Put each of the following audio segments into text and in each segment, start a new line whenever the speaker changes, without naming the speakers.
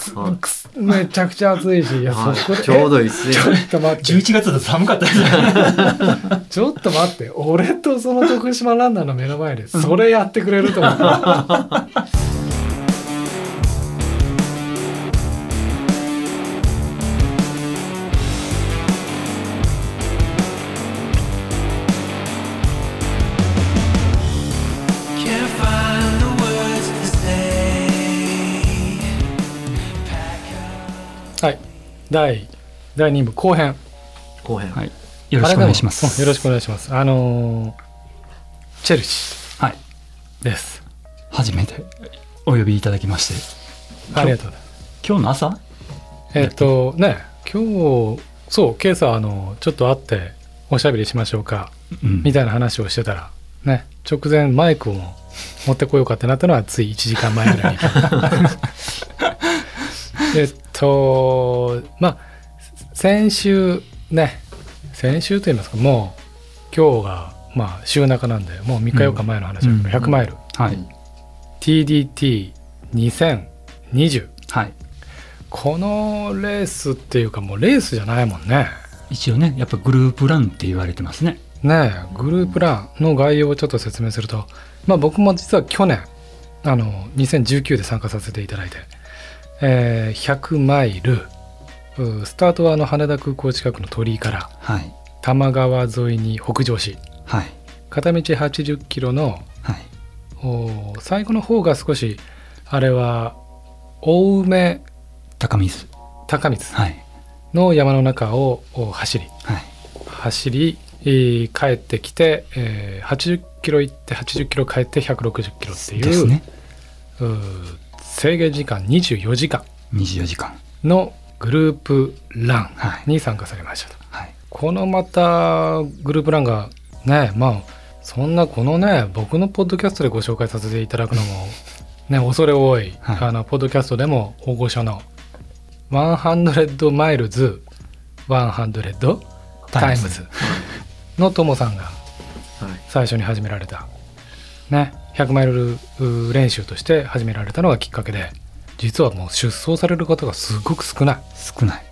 くくすめちゃくちゃ暑いし、いや、
はい
そこで、
ちょうどいいっすね
えちょっと待っ
11月
て、
だと寒かった ですね。
ちょっと待って、俺とその徳島ランナーの目の前で、それやってくれると思 う。
Can't find the words to say. Pack up.
はい。第、第2部後編。
後編。
はい。よろしくお願いしま
あれでもう
す。
んよろしくお願いします。あのーチェルシ
はい。
ーです。
初めてお呼びいただきまして、
ありがとうございます。
今日の朝、
えっ、と、ね、今日、そう、今朝、あの、ちょっと会って、おしゃべりしましょうか、
うん
みたいな話をしてたら、ね、直前マイクを持ってこようかってなったのは、つい1時間前ぐらい に。えっと、まあ、先週、ね、先週と言いますか、もう、今日が、まあ、週中なんで、もう3日4日前の話だけど、
うん
100マイル。
はい。
TDT2020
はい。
このレースっていうかもうレースじゃないもんね
一応ね、やっぱグループランって言われてますね。
ねえグループランの概要をちょっと説明すると、まあ、僕も実は去年あの2019で参加させていただいて、えー100マイルうースタートはあの羽田空港近くの鳥居から
はい。
多摩川沿いに北上し
はい。
片道80キロの
はい。
おー最後の方が少しあれは青梅
高水。
高光
はい。
の山の中をお走り
はい。
走り、えー帰ってきて、えー80キロ行って80キロ帰って160キロって
で
い
す
う,、
ね。
うー制限時間24時間
24時間。
のグループラン
はい。
に参加されましたと
はい。
このまたグループランがねまあそんなこのね僕のポッドキャストでご紹介させていただくのも、ね、恐れ多い、
はい
あのポッドキャストでも大御所の100マイルズ100タイムズのともさんが
はい。
最初に始められた、ね、100マイルう練習として始められたのがきっかけで実はもう出走される方がすごく少ない
少ない。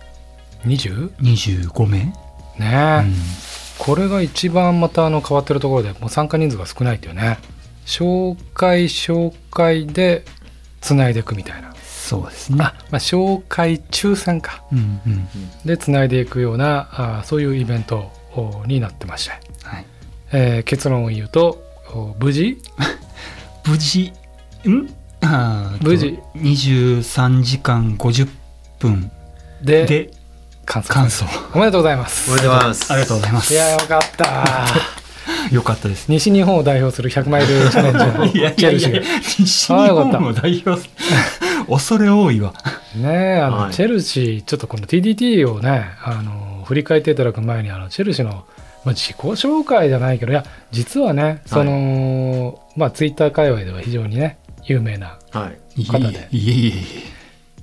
20?
25名
ね
う
え、
ん。
これが一番またあの変わってるところでもう参加人数が少ないっていうね紹介紹介でつないでいくみたいな、
そうですね。
あまあ紹介抽選か
うんうん。
でつないでいくようなあそういうイベントおになってまして、
はい。
えー結論を言うとお無事
無事、んあー
無事。
23時間50分
で
で
完走
完走。
おめでとうございます
おめでとうございます。
ありがとうございます。
いやよかった
よかったですね。
西日本を代表する100マイルチャレンジの
いやい
チェ
や
ル
い
シ
や
ーが、
西日本を代表す恐れ多いわ。
ねえあの、
はい
チェルシーちょっとこの TDT をねあの振り返っていただく前にあのチェルシーの、まあ、自己紹介じゃないけどいや実はねその、まあツイッター界隈では非常にね有名な
はい。
い
方で
えいえいえい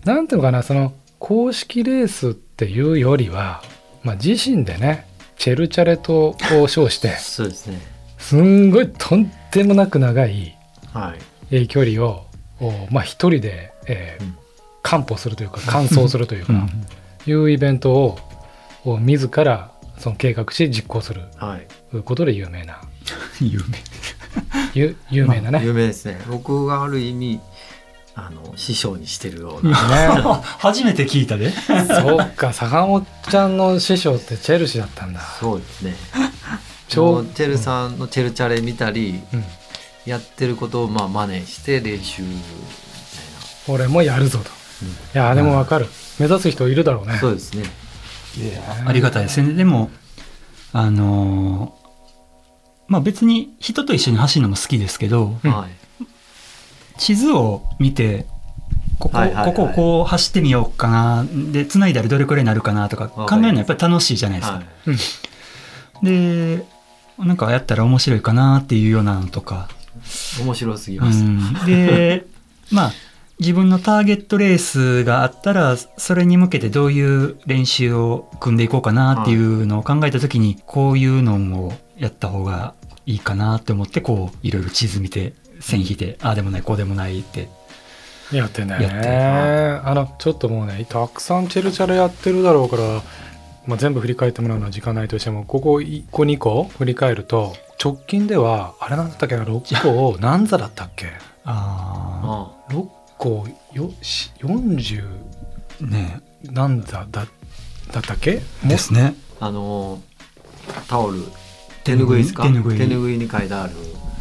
なんていうのかなその公式レースっていうよりは、まあ、自身でねチェルチャレとを称して
そうですね。
すんごいとんでもなく長い
はい。
えー距離を、おまあ、一人で、えー
うん
完歩するというか完走するという
え。う
か、
ん
いうイベントをを自らその計画し実行する
はい。
ことで有名な
有名。
ゆ有名なね,、
有名ですね。僕がある意味、あの、師匠にしてるような。
ね
初めて聞いたで。
そうか坂本ちゃんの師匠ってチェルシーだったんだ
そうですね。
超
もうチェルさんのチェルチャレ見たり、
うん
やってることをまあ真似して練習み
俺もやるぞと、
うん
いやでもわかる、目指す人いるだろう
たい
ね
な。そうですね。
ありがたいですね。でも、あのーまあ別に人と一緒に走るのも好きですけど、
うん
はい。
地図を見て、ここ、
はいはいはい
ここをこう走ってみようかな、で、繋いだらどれくらいになるかなとか考
わ
え
か
る
ります
のはやっぱり楽しいじゃないですか。
はい。
で、なんかやったら面白いかなっていうようなのとか、
面白すぎ
う
ます。
ん、 でまあ自分のターゲットレースがあったらそれに向けてどういう練習を組んでいこうかなっていうのを考えた時に、こういうのをやった方がいいかなって思ってこういろいろ地図見て線引いてああでもないこうでもないって
やってんだよ
や
ね
ってるな
あのちょっともうねたくさんチェルチャルやってるだろうから、まあ、全部振り返ってもらうのは時間ないとしてもここ1個2個振り返ると直近ではあれなんだったっけな6個を何座だったっけ
あ
あ
6個よし40
あね
何座だだったっけ
え
も
で
う
すね
あのタオル手ぬぐいですか
手ぬぐい
手ぬぐいに書いてある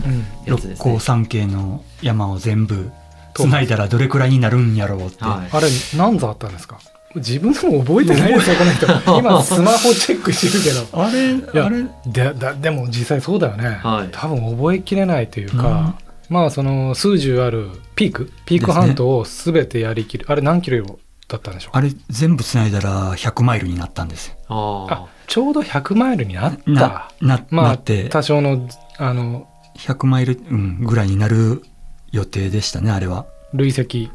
うん
やつ
六
ですね
甲山系の山を全部繋いだらどれくらいになるんやろうって、
はい
あれ何座あったんですか自分でも覚えてないですよこの人今スマホチェックしてるけど
あれ
や
あれ
でだでも実際そうだよね、
はい
多分覚えきれないというか、まあその数十あるピークピーク半島を全てやりきる、あれ何キロだったんでしょう
あれ全部繋いだら100マイルになったんですよ
あ
あちょうど100マイルになった
なな,、
ま
な
あ
って
多少のあの
100マイル、うん、ぐらいになる予定でしたねあれは
累積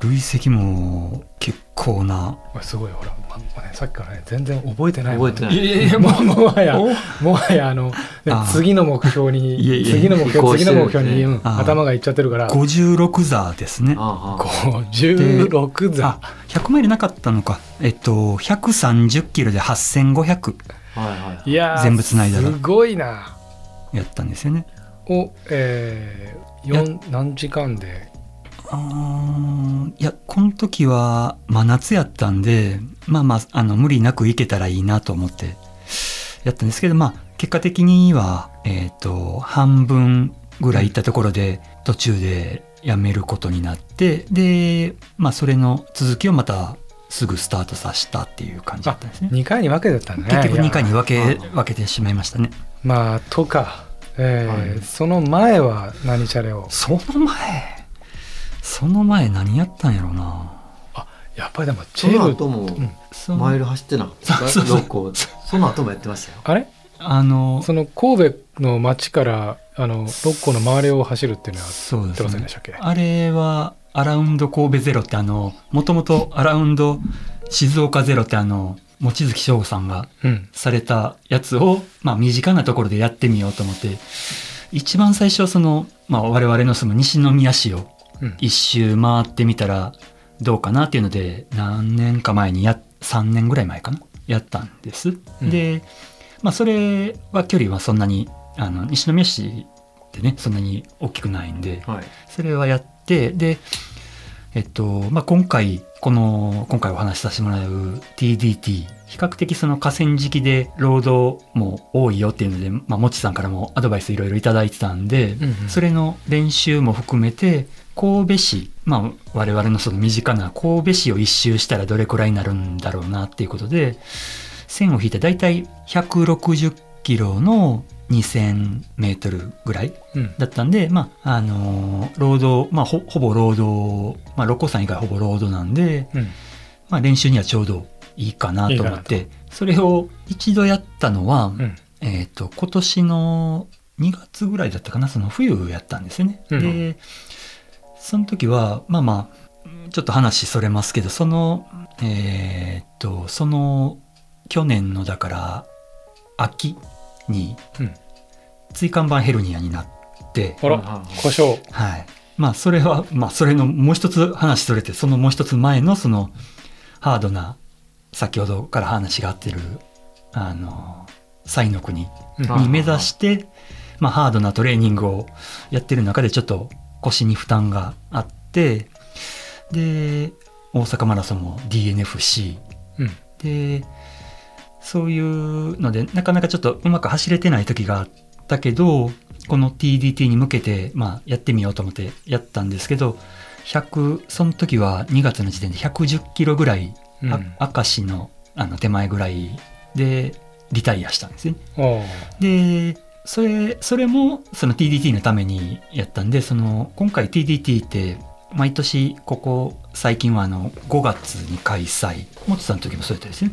累積も結構な
おいすごいほら、まあね、さっきからね全然覚えてないもんね
覚えてない
や
いやもうもはやもはやあのね
あー
次の目標に
いえいえ
次の目標次の目標に、
移行してるんですね
うん
あー
頭がいっちゃってるから
56座です
あ
ね
ああ
56座
あ100マイルなかったのかえっと130キロで8500
あはいはいはい
いやー
全部繋いだら
すごいな
やったんですよね
を、えー、四何時間で
あーいやこの時は真夏やったんでまあまああの無理なく行けたらいいなと思ってやったんですけどまあ結果的にはえっ、と半分ぐらい行ったところで途中でやめることになってでまあそれの続きをまたすぐスタートさせたっていう感じだったんですね
2回に分けてたね
結局2回に
いや
分け
あ
分けてしまいましたね
まあとか、えー
はい
その前は何チャレを
その前その前何やったんやろうな
やっぱりでもチ
その
ェ
後
ル
も
その
マイル走ってなかった
そうそうそう
六個その後もやってましたよ
あれ
あの
その神戸の町からあの六個の周りを走るっていうのはや
そう
っ
で
て
す
ません
ね
でしたっけ、
あれはアラウンド神戸ゼロってあのもともとアラウンド静岡ゼロってあの望月翔吾さんが
うん
されたやつを、まあ、身近なところでやってみようと思って一番最初その、まあ、我々の住む西宮市を
うん
一周回ってみたらどうかなっていうので何年か前にや3年ぐらい前かなやったんです、
うん
で、まあ、それは距離はそんなにあの西宮市ってねそんなに大きくないんで
はい
それはやってでえっとまあ今回この今回お話しさせてもらう TDT 比較的その河川敷で労働も多いよっていうので、まあ、もちさんからもアドバイスいろいろいただいてたんで、
うんうん
それの練習も含めて神戸市、まあ、我々のその身近な神戸市を一周したらどれくらいになるんだろうなっていうことで線を引いて大体160キロの2000メートルぐらい
うん
だったんで、まあ、あのー労働、まあ、ほほぼ労働、まあ、六甲山以外ほぼ労働なんで、
うん
まあ、練習にはちょうどいいかなと思って
いい
それを一度やったのは、
うん
えっ、と、今年の2月ぐらいだったかな、その冬やったんですよね。
うん
で、その時は、まあまあ、ちょっと話それますけど、その、えっ、と、その、去年のだから、秋に
うん、
椎間板ヘルニアになって、
あ
はいはい
ら
はい
故障
はい。まあ、それは、まあ、それのもう一つ話それて、そのもう一つ前の、その、ハードな、先ほどから話があってる、あの、サイの国
うん
に目指して、まあ、ハードなトレーニングをやってる中で、ちょっと腰に負担があって、で、大阪マラソンも DNFC
うん
で、そういうので、なかなかちょっとうまく走れてない時があったけど、この TDT に向けて、まあ、やってみようと思ってやったんですけど、100、その時は2月の時点で110キロぐらい、
うん
あ明石のあの手前ぐらいで、リタイアしたんですね。
おー
でそれそれもその TDT のためにやったんでその今回 TDT って毎年ここ最近はあの5月に開催もつさんの時もそうやったですね、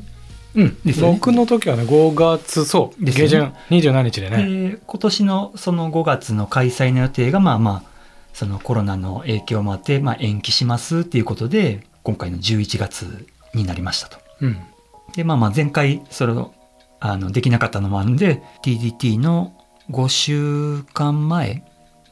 うん
ですよね
僕の時はね5月そう、
ですよ
下
ね
旬27日でね
で今年のその5月の開催の予定がまあまあそのコロナの影響もあって、まあ、延期しますっていうことで今回の11月になりましたと
うん
で、まあまあ前回、それを、あの、できなかったのもあるんで、TDT の5週間前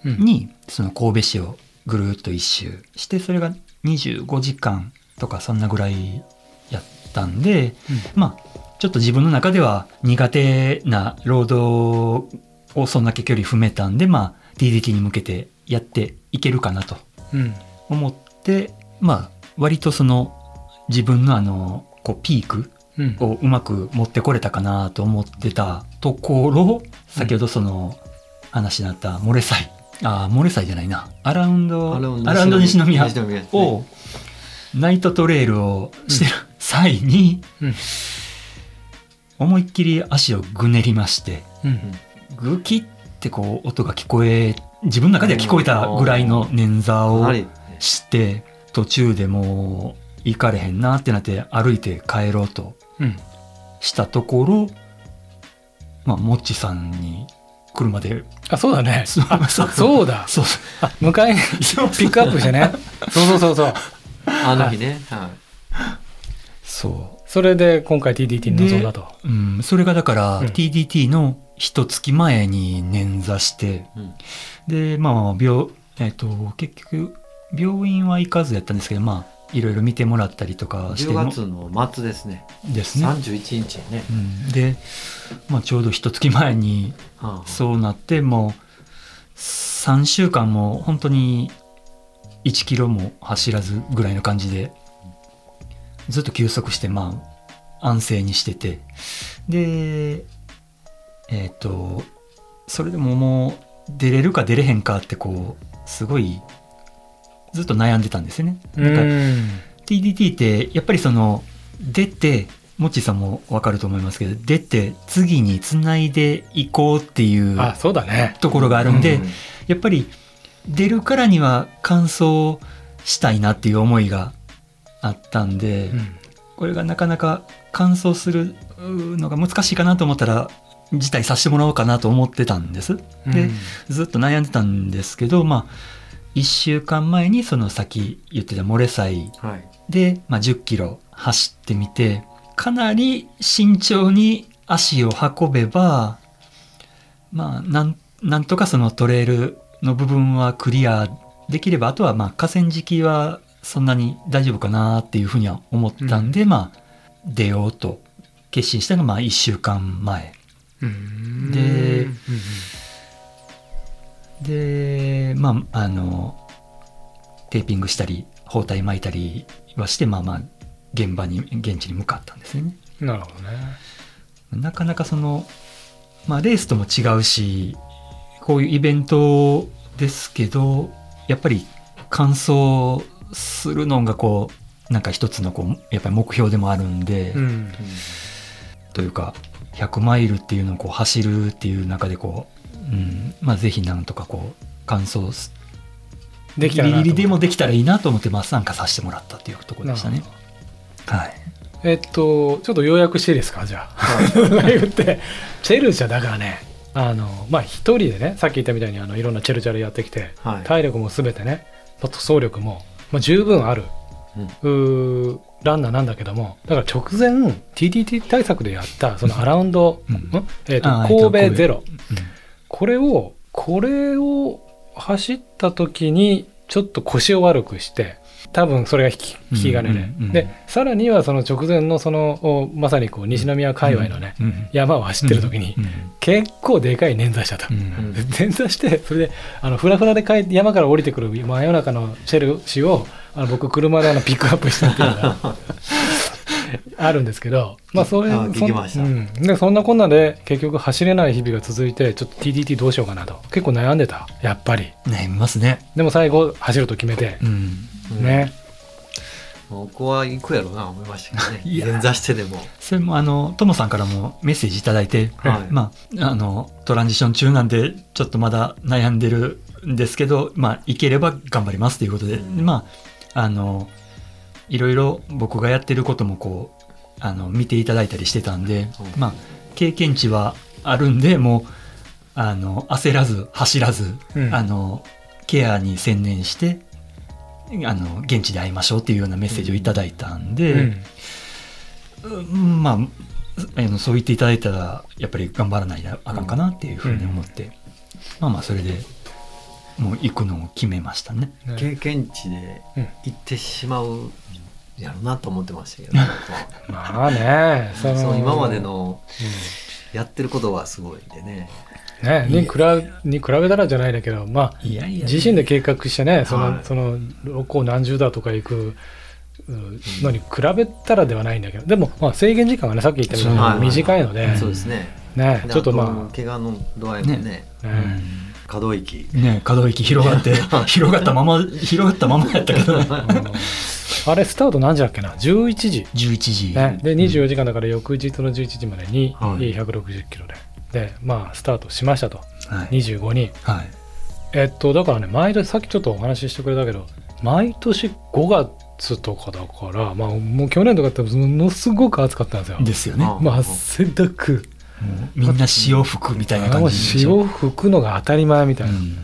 うん
に、その神戸市をぐるーっと一周してそれが25時間とかそんなぐらいやったんで、まあちょっと自分の中では苦手な労働をそんだけ距離踏めたんでまあ DDT に向けてやっていけるかなと
うん
思ってまあ割とその自分のあのこうピーク
うん
をうまく持ってこれたかなと思ってたところ先ほどその話になった漏れ祭ああ漏れ祭じゃないなアラウンドアラウンド西
西
宮
宮ですね
をナイトトレイルをしてる際に
うん
思いっきり足をぐねりまして
うん
グキってこう音が聞こえ自分の中では聞こえたぐらいの捻挫
か
を
なり
して途中でもう行かれへんなってなって歩いて帰ろうと
うん
したところ、まあ、もっちさんに車で、
あそうだね
そうそう
そうだ
そう
迎えに
そう
ピックアップしてねそうそうそうそう
あの日ね、はい
そ
それで今回 TDT に臨んだと
う、うん、それがだから、
うん
TDT の一月前に捻挫して、
うん
でまあ病えっ、と結局病院は行かずやったんですけどまあいろいろ見てもらったりとかして
10
も
月の末ですね
ですね、
31日にね、
うん、で、まあ、ちょうど一月前に
はあ
そうなってもう3週間も本当に1キロも走らずぐらいの感じでずっと休息してまあ安静にしててでえっ、とそれでももう出れるか出れへんかってこうすごいずっと悩んでたんですよね。
う
なんか
ん
TDT ってやっぱりその出てモッチーさんもわかると思いますけど出て次につないでいこうっていう
あそうだね
ところがあるんで、
うん
やっぱり出るからには完走したいなっていう思いがあったんで、
うん
これがなかなか完走するうーのが難しいかなと思ったら辞退させてもらおうかなと思ってたんです。で、
うん
ずっと悩んでたんですけどまあ1週間前にその先言ってた漏れ祭
はい
で、まあ、10キロ走ってみてかなり慎重に足を運べばまあなんなんとかそのトレイルの部分はクリアできればあとはまあ河川敷はそんなに大丈夫かなっていうふうには思ったんで、まあ出ようと決心したのがまあ1週間前
うん
で
うん
でまああのテーピングしたり包帯巻いたりはしてまあまあ現場に現地に向かったんですよね。
うんなるほどね
なかなかその、まあ、レースとも違うしこういうイベントですけどやっぱり完走するのがこうなんか一つのこうやっぱり目標でもあるんで、
うん
うん
というか100マイルっていうのをこう走るっていう中でこう、うんまあ、ぜひなんとかこう完走す
できたら
ギ
な
リ
と
ギリでもできたらいいなと思って、まあ、参加させてもらったというところでしたね。はい、
えっと、ちょっと要約していいですか、じゃあ。 ライブって、チェルチャだからね、あの、まあ、一人でね、さっき言ったみたいに、あの、いろんなチェルチャでやってきて、
はい
体力もすべてね、走力も、まあ、十分ある、うーランナーなんだけども、だから直前、TTT 対策でやった、そのアラウンド、
うん
んえっと、
あーえっ
神
と
戸ゼロ。
うん
これを、これを走った時に、ちょっと腰を悪くして、多分それが引き引き金で、
うんうんうん
で、さらにはその直前のその、おまさにこう、西宮界隈のね、
うん
山を走ってる時に、
うん
結構でかい捻挫しちゃった。
う ん
ん
で捻挫して、それで、あの、ふらふらで帰って山から降りてくる真夜中のチェルシーを、あの僕、車であのピックアップしたっていうのがあるんです けど、まあ、それ、
あ
そん
聞きました
うん。で、そんなこんなで、結局走れない日々が続いて、ちょっと TDT どうしようかなと。結構悩んでた、やっぱり。
悩みますね。
でも最後、走ると決めて
う、ん
うん
ね。
僕は行くやろうな思いましたけどね
いや
捻挫してでも
それもあのトモさんからもメッセージいただいて、
はい
まあ、あのトランジション中なんでちょっとまだ悩んでるんですけど、まあ、いければ頑張りますということで、
うん
まああのいろいろ僕がやってることもこうあの見ていただいたりしてたんで、
うん
まあ、経験値はあるんでもうあの焦らず走らず、
うん
あのケアに専念してあの現地で会いましょうっていうようなメッセージをいただいたんで。
うん
うんまああのそう言っていただいたらやっぱり頑張らないとあかんかなっていうふうに思って、まあまあそれでもう行くのを決めましたね。
ね
経験値で
うん
行ってしまうやろうなと思ってましたけ ど、僕
まあね、そ
はそ
の
の今までのやってることはすごいんでね。
ね、に比べに比べたらじゃないんだけど、まあ、
いやいや
自身で計画してね、その、
はい
その、六甲何十だとか行くうんのに比べたらではないんだけど、でも、まあ、制限時間がね、さっき言ったみたいに
はい
短いので、
そうですね。
ね、
で
ちょっと
あ
ま
怪我の度合いもね、
あ、
う
ね
ん
可動 域。
ね可動域広がって広がったまま広がったままやった けどね
あれ、スタート何時だっけな、11時。
11時、
ね、で、
うん
24時間だから翌日の11時までに、
はい
160キロで。で、まあ、スタートしましたと。
はい、
25人。
はい、
えっと、だからね、毎年、さっきちょっとお話ししてくれたけど、毎年5月とかだから、まあ、もう去年とかってものすごく暑かったんですよ。
ですよねも
まあ、汗だく。
うみんな潮吹くみたいな
も
感
う
じ
潮吹くのが当たり前みた
う
いな。
ん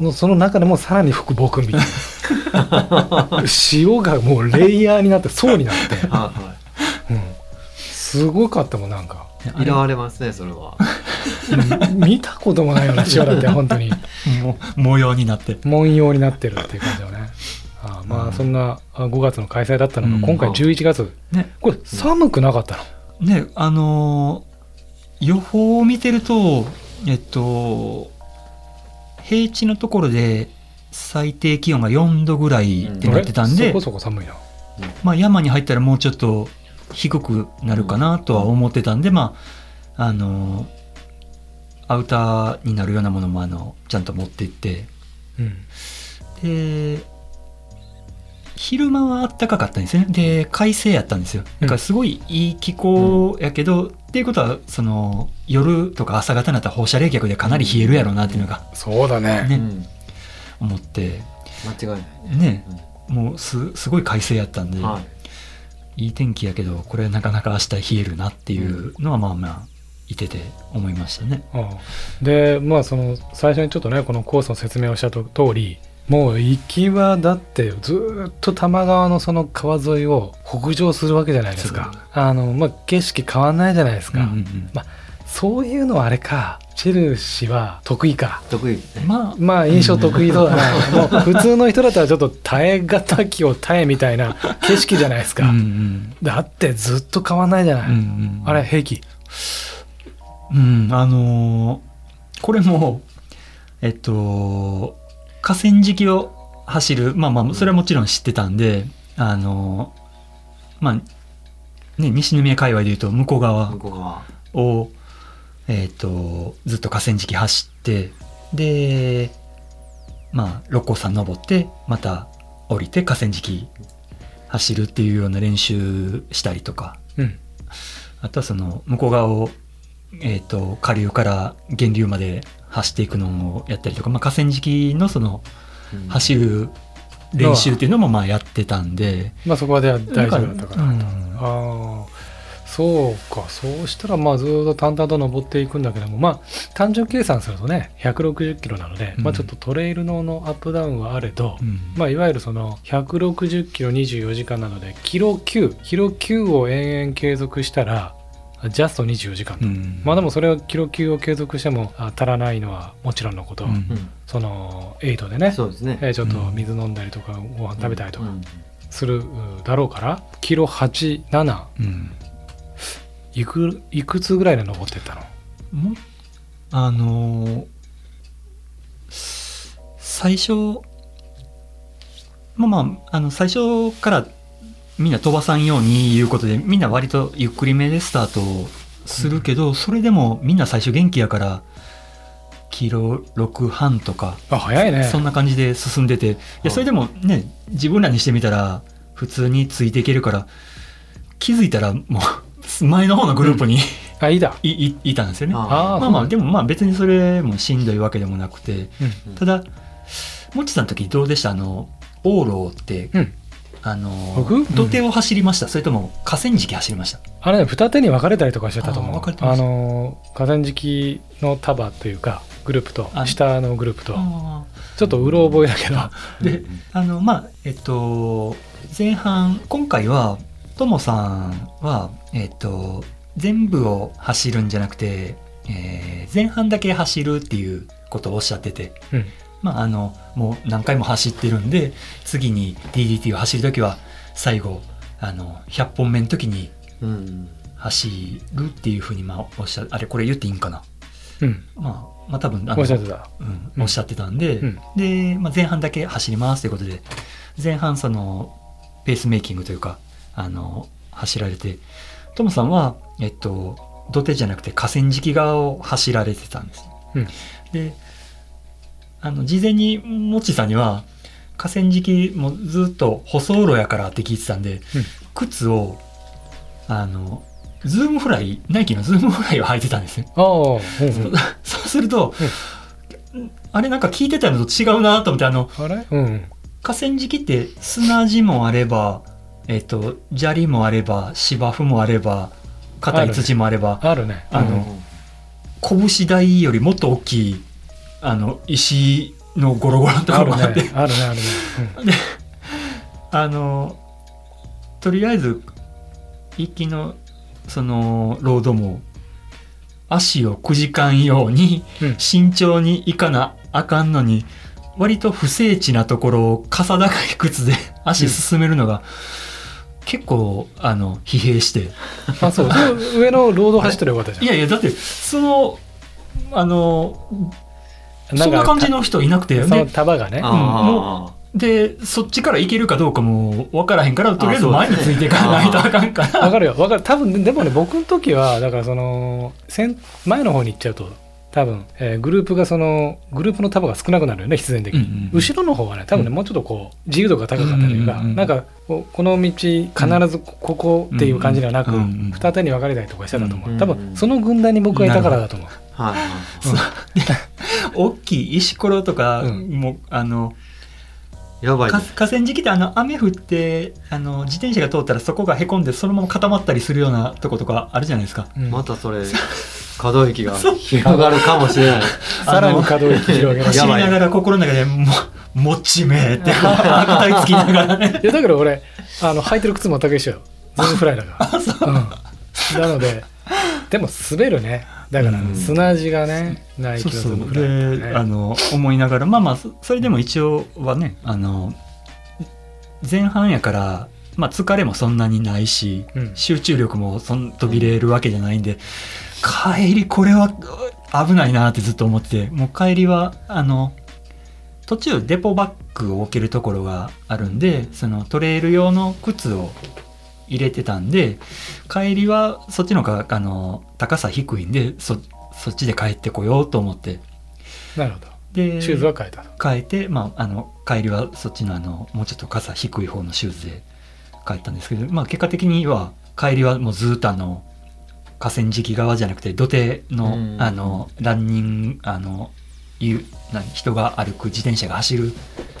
もうその中でもさらに吹く僕みたい な。潮がもうレイヤーになって、層になって。
はいは
うん。すごかったもん、なん か。
い。嫌われますね、それは。
うん見たこともないような潮だって、本当に。
も模様になって
文様になってるっていう感じだよね。あーま
う
あ
ん
そんなあ5月の開催だったのが、
うん
今回11月、
ね
これ寒くなかったの、
ねあのー予報を見てるとえっと平地のところで最低気温が4度ぐらいって
あ
な
れ
ってたんで、
そこそこ寒いな
まあ、山に入ったらもうちょっと低くなるかなとは思ってたんで、まああのアウターになるようなものもあのちゃんと持って行って
うん
で昼間は暖かかったんですよねで快晴やったんですよだからすごいいい気候やけど、っていうことはその夜とか朝方になったら放射冷却でかなり冷えるやろうなっていうのが
そうだね
ね
うん
思って
間違いない。
ねもうすすごい快晴やったんで、
はい
いい天気やけどこれなかなか明日冷えるなっていうのはまあまあいてて思いましたね。
ああでまあその最初にちょっとねこのコースの説明をしたと通りもう行きはだってずーっと多摩川のその川沿いを北上するわけじゃないですか
そう
あの、まあ、景色変わんないじゃないですか、
うんうん
そういうのはあれかチェルシーは得意か
得意。
うんまあ
まあ印象得意そうだな、 もう普通の人だったらちょっと耐え難きを耐えみたいな景色じゃないですか、
うんうん
だってずっと変わんないじゃない、
うんうん
あれ平気
うんあのーこれもえっと河川敷を走るまあまあそれはもちろん知ってたんであのーまあね西宮界隈でいうと向こう側
向こう側。
を、えー、とずっと河川敷走ってでまあ六甲山登ってまた降りて河川敷走るっていうような練習したりとか
うん
あとはその向こう側を、えー、と下流から源流まで走っていくのをやったりとか、まあ、河川敷のその
うん
走る練習っていうのもまあやってたんで、
まあそこまでは大丈夫だったから、
うん
ああそうかそうしたらまあずっと淡々と登っていくんだけどもまあ単純計算するとね160キロなので、
うん
まあちょっとトレイルののアップダウンはあれど、
うん
まあ、いわゆるその160キロ24時間なのでキロ9キロ9を延々継続したらジャスト24時間と、
うん
まあでもそれはキロ9を継続してもあ足らないのはもちろんのこと、
うん
う
その8でね
ん。そうですね。
えーちょっと水飲んだりとかご飯食べたりと
う
か
ん
するうだろうからキロ87
うん
いくいくつぐらいで登ってったの
もあのー最初まあまああの最初からみんな飛ばさんようにいうことでみんな割とゆっくりめでスタートをするけど、それでもみんな最初元気やからキロ6半とか、
あ早いね
そんな感じで進んでていやそれでもね自分らにしてみたら普通についていけるから気づいたらもう前の方のグループに、
あいいだ
いいいたんですよね。
あ
まあまあでもまあ別にそれもしんどいわけでもなくて
うん
ただもちさんの時どうでしたあの往路って、
うん
あの
僕
土手を走りましたそれとも河川敷走りました
あれね二手に分かれたりとかしてたと思
あ
う
分かれて
あ
ました
の河川敷の束というかグループと
あ
下のグループと
あ
ちょっとうろ覚えだけど
ーであのまあえっと前半今回はともさんはえっと全部を走るんじゃなくて、えー前半だけ走るっていうことをおっしゃってて
うん
まあ、あのもう何回も走ってるんで次に DDT を走る時は最後あの100本目の時に
うん。
走るっていうふうに、まあ、おっしゃあれこれ言っていいんかな、
うん。
まあ、まあ多分あの
おっしゃってた。
うん、おっしゃってたんで、
うん
で、まあ、前半だけ走りますということで前半そのペースメイキングというかあの走られてトモさんはえっと土手じゃなくて河川敷側を走られてたんです、
うん
であの事前にモッチーさんには河川敷もずっと舗装路やからって聞いてたんで、靴をあのズームフライナイキのズームフライを履いてたんですね
ああ、うんうん。
そうすると、あれなんか聞いてたのと違うなと思って あの
あれうん。
河川敷って砂地もあれば、えっと砂利もあれば芝生もあれば硬い土もあれば
あるね。
あの拳台よりもっと大きいあの石のゴロゴロのと
あ
こ
る
ろ
ね。
もあ
ある
って
ね。あるね。うん
あのとりあえず行きのそのロードも足をくじかんように
うん
慎重に行かなあかんのに、割と不整地なところをかさ高い靴で 足進めるのが、結構あの疲弊して
あ、そう。で上のロード走ってるよかった
い
じ
やいやだってそのあの
ゃん。
そんな感じ
の。
の人いなくて
その
で
束がね。
あ
でそっちから行けるかどうかも分からへんからとりあえず
あそう
前についていかないとあかんから
わかるよ。わかる。多分、でもね、僕の時は、だからその、先前の方に行っちゃうと、多分、えーグループがその、グループの束が少なくなるよね、必然的に。
うんうんうん
後ろの方はね、多分ね、
うん
もうちょっとこう、自由度が高かったというか、
うんうんうん
なんか、こうこの道、必ずこここっていう感じではなく、
うんうんうん
二手に分かれたりとかしてたと思う。
うんうん
多分、その軍団に僕がいたからだと思う。
あ。はい。
大きい石ころとか、
うん
もうあの
やばい。
か河川敷ってあの雨降ってあの自転車が通ったらそこがへこんでそのまま固まったりするようなとことかあるじゃないですか
うん
またそれ、可動域が広がるかもしれ ない。
さらに可動域広げまし
走
た
り
やばい
ながら心の中でも「もっちめ」って悪 態つきながらね
いやだから俺あの履いてる靴全く一緒よズームフライだ からうん、なのででも滑るねだから
うん
砂地がね、ナイキ
そう
のズーム
そう
フライだ
で
から
あ
ね
の思いながらまあまあそそれでも一応はねあの前半やから、まあ、疲れもそんなにないし、
うん
集中力もそん途切れるわけじゃないんで帰りこれはう危ないなってずっと思っててもう帰りはあの途中デポバッグを置けるところがあるんでそのトレイル用の靴を入れてたんで帰りはそっちの方があの高さ低いんでそそっちで帰ってこようと思って
なるほど
で
シューズは変えたと
変えて、まあ、あの帰りはそっちのあのもうちょっと傘低い方のシューズで帰ったんですけど、まあ、結果的には帰りはもうずっとあの河川敷側じゃなくて土手の,、
うん
あのランニングあのいう何人が歩く自転車が走る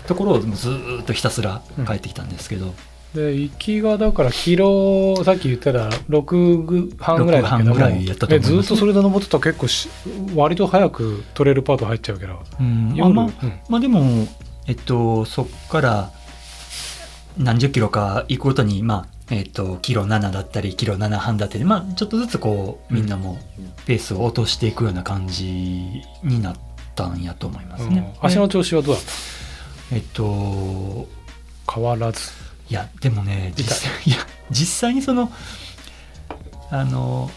ところをもうずーっとひたすら帰ってきたんですけど、
で行きがだからキロさっき言ってた6半ぐらいだけど
六半ぐらいやったと思
え
います
ずっとそれで登ってたら結構し割と早くトレールパート入っちゃうけど
うん
夜
あんま
うん
まあでも、えっと、そっから何十キロか行くごとに、まあ、えっと、キロ7だったり、キロ7半だったり、まあ、ちょっとずつこう、みんなもペースを落としていくような感じになったんやと思いますね。
うん足の調子はどうだっ
えっと、
た変わらず
いや、でもね、実際、いや、実際にその、あの、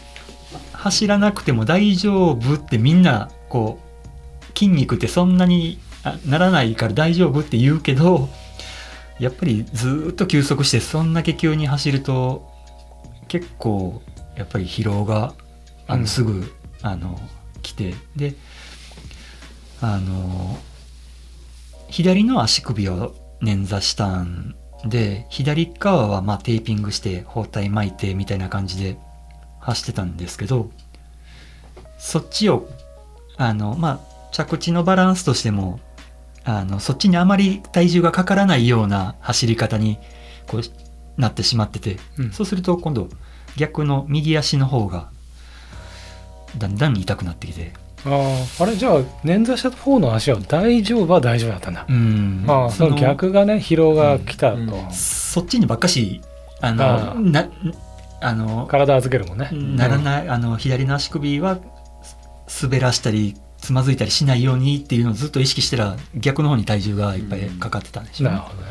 走らなくても大丈夫ってみんな、こう、筋肉ってそんなにあならないから大丈夫って言うけど、やっぱりずーっと休息して、そんだけ急に走ると、結構、やっぱり疲労が、あ
うん
の、すぐ、あの、来て、で、あの、左の足首を捻挫したんで左側はまあテーピングして包帯巻いてみたいな感じで走ってたんですけどそっちをあのまあ着地のバランスとしてもあのそっちにあまり体重がかからないような走り方にこうなってしまってて、
うん
そうすると今度逆の右足の方がだんだん痛くなってきて
あああれじゃあ捻挫した方の足は大丈夫は大丈夫だったんだ、
うん
ああその逆がね疲労が来たと、
うん
そっちにばっかしあの
あー
なあの
体預けるもんね
ならないあの左の足首はす滑らしたりつまずいたりしないようにっていうのをずっと意識してたら逆の方に体重がいっぱいかかってたんでしょう
なる
ね
ほどね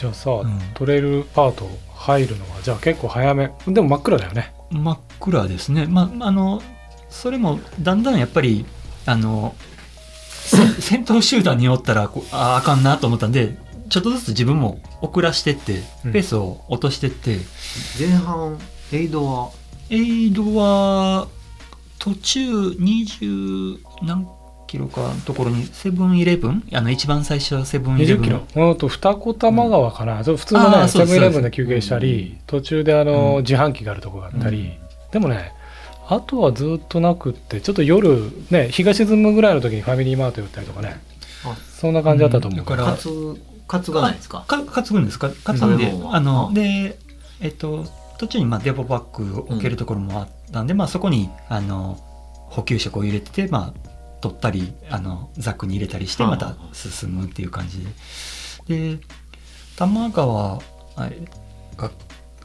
じゃあさ、
ん
トレイルパート入るのはじゃあ結構早めでも真っ暗だよね
真っ暗ですね、まあ、あのそれもだんだんやっぱりあのせ 戦闘集団におったらこうあーあかんなと思ったんでちょっとずつ自分も遅らしてって
う
ペ
ん
ースを落としてって、
前半エイドは
エイドは途中20何キロかのところにセブンイレブンあの一番最初はセブンイレ
20
ブン
キロうんと二子玉川かな、そう普通の
あ
ね
ーそ
セブ
うで
ン
す
イレブンで休憩したり途中であの、
うん
自販機があるとこがあったり、でもねあとはずっとなくってちょっと夜ね日が沈むぐらいの時にファミリーマート寄ったりとかね
あ
そんな感じだったと思う、
うんだから
カツカツがないですか
か担ぐんですか担んで、
うん
あの
うん
でえっと途中にまあデボバッグを置けるところもあったんで、まあそこにあの補給食を入れててまあ取ったりあのザックに入れたりして
うん
また進むっていう感じでで多摩川あれが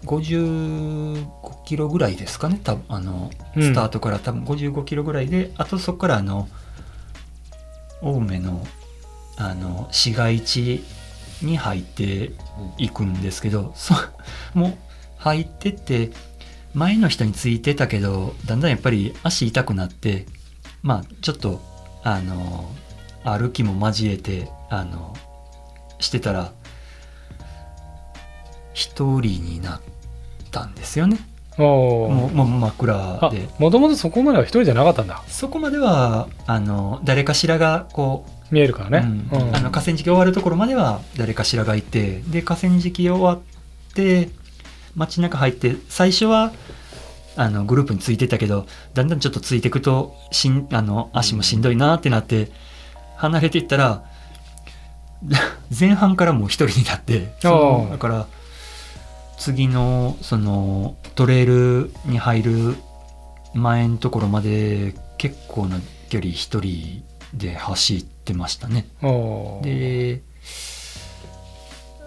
55キロぐらいですかね多分あの
うん
スタートから多分55キロぐらいで、あとそこからあの青梅のあの市街地に入っていくんですけど、そ もう入ってって前の人についてたけどだんだんやっぱり足痛くなってまあちょっとあの歩きも交えてあのしてたら一人になったんですよね
おー
もうもう真っ暗
あ
で
もともとそこまでは一人じゃなかったんだ
そこまではあの誰かしらがこう
見えるからね、
うん
うん
あの河川敷終わるところまでは誰かしらがいてで河川敷終わって街中入って最初はあのグループについてたけどだんだんちょっとついてくとしんあの足もしんどいなってなって離れていったら前半からもう一人になってそのだから次のそのトレイルに入る前のところまで結構な距離一人で走ってましたね
おー
で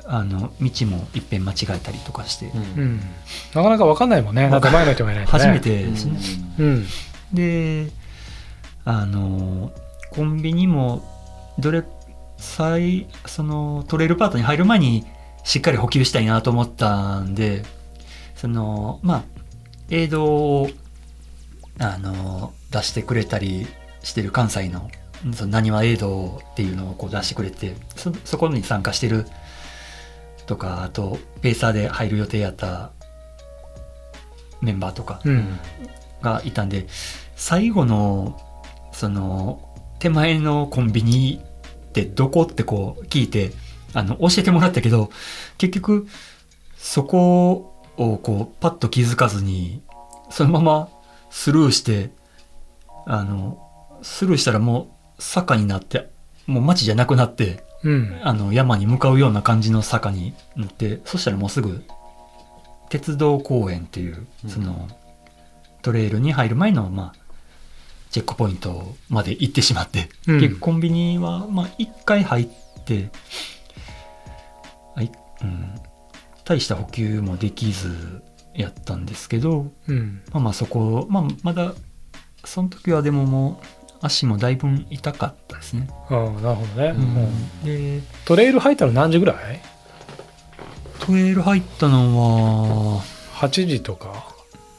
あの道もいっぺん間違えたりとかして、
うんなかなか分かんないもんねだって前の人がいないとね
初めてですね、
うん
であのコンビニもどれ最そのトレイルパートに入る前にしっかり補給したいなと思ったんでそのまあ映像をあの出してくれたりしてる関西のその何は映像っていうのをこう出してくれてそそこに参加してるとかあとペーサーで入る予定やったメンバーとか
うん
がいたんで最後のその手前のコンビニってどこってこう聞いてあの教えてもらったけど結局そこをこうパッと気づかずにそのままスルーしてあのスルーしたらもう坂になってもう街じゃなくなって
うん
あの山に向かうような感じの坂になってそしたらもうすぐ鉄道公園っていう
うん
その、トレイルに入る前の、まあ、チェックポイントまで行ってしまって、
うん
結構コンビニは、まあ、1回入って、はいうん、大した補給もできずやったんですけど、
うん
まあまあそこ、まあ、まだその時はでももう足もだいぶ痛かったですね。
あーなるほどね、
う
うんん
で
トレイル入ったの何時ぐらい
トレイル入ったのは、
8時とか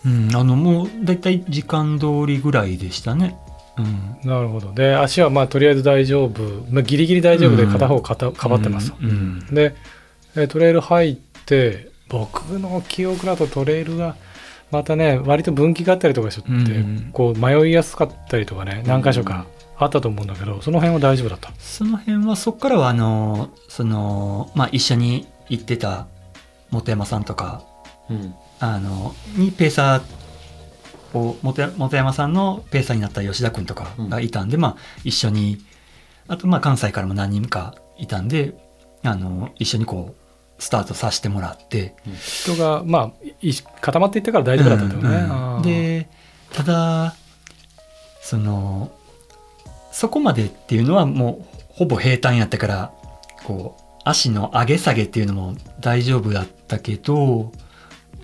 うん、あのもうだいたい時間通りぐらいでしたね。うん、
なるほどで足はまあとりあえず大丈夫、まあ、ギリギリ大丈夫で
うん
片方かたかばってます、
うんうん
でえートレイル入って僕の記憶だとトレイルがまたね割と分岐があったりとかしょって、
うん
こう迷いやすかったりとかね何箇所かあったと思うんだけどその辺は大丈夫だった
その辺はそこからはあのそのまあ一緒に行ってた本山さんとか
うん
あのにペーサーを本山本山さんのペーサーになった吉田君とかがいたんで、まあ一緒にあとまあ関西からも何人かいたんであの一緒にこうスタートさせてもらって。
人がまあい固まっていったから大丈夫だったんだよね、
うん
あー
でただそのそこまでっていうのはもうほぼ平坦やったからこう足の上げ下げっていうのも大丈夫だったけど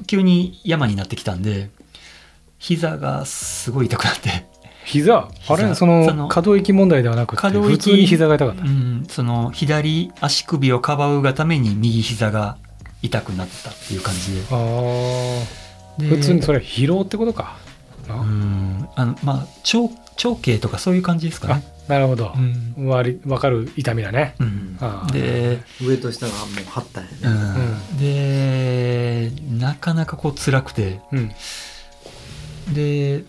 急に山になってきたんで膝がすごい痛くなって
膝あれ
膝
そ
そ
の
の
可動域問題ではなくて
可動域
普通に膝が痛かっ
う
た、
ん、その左足首をかばうがために右膝が痛くなったっていう感じで
あー
で
普通にそれは疲労ってことか、な
うんあのまあ長長径とかそういう感じですか
あ
ね
なるほど
う、ん、
割り分かる痛みだね
うん
あー
で
上と下がもう張ったんやね、
うんでなかなかこう辛くて
うん
で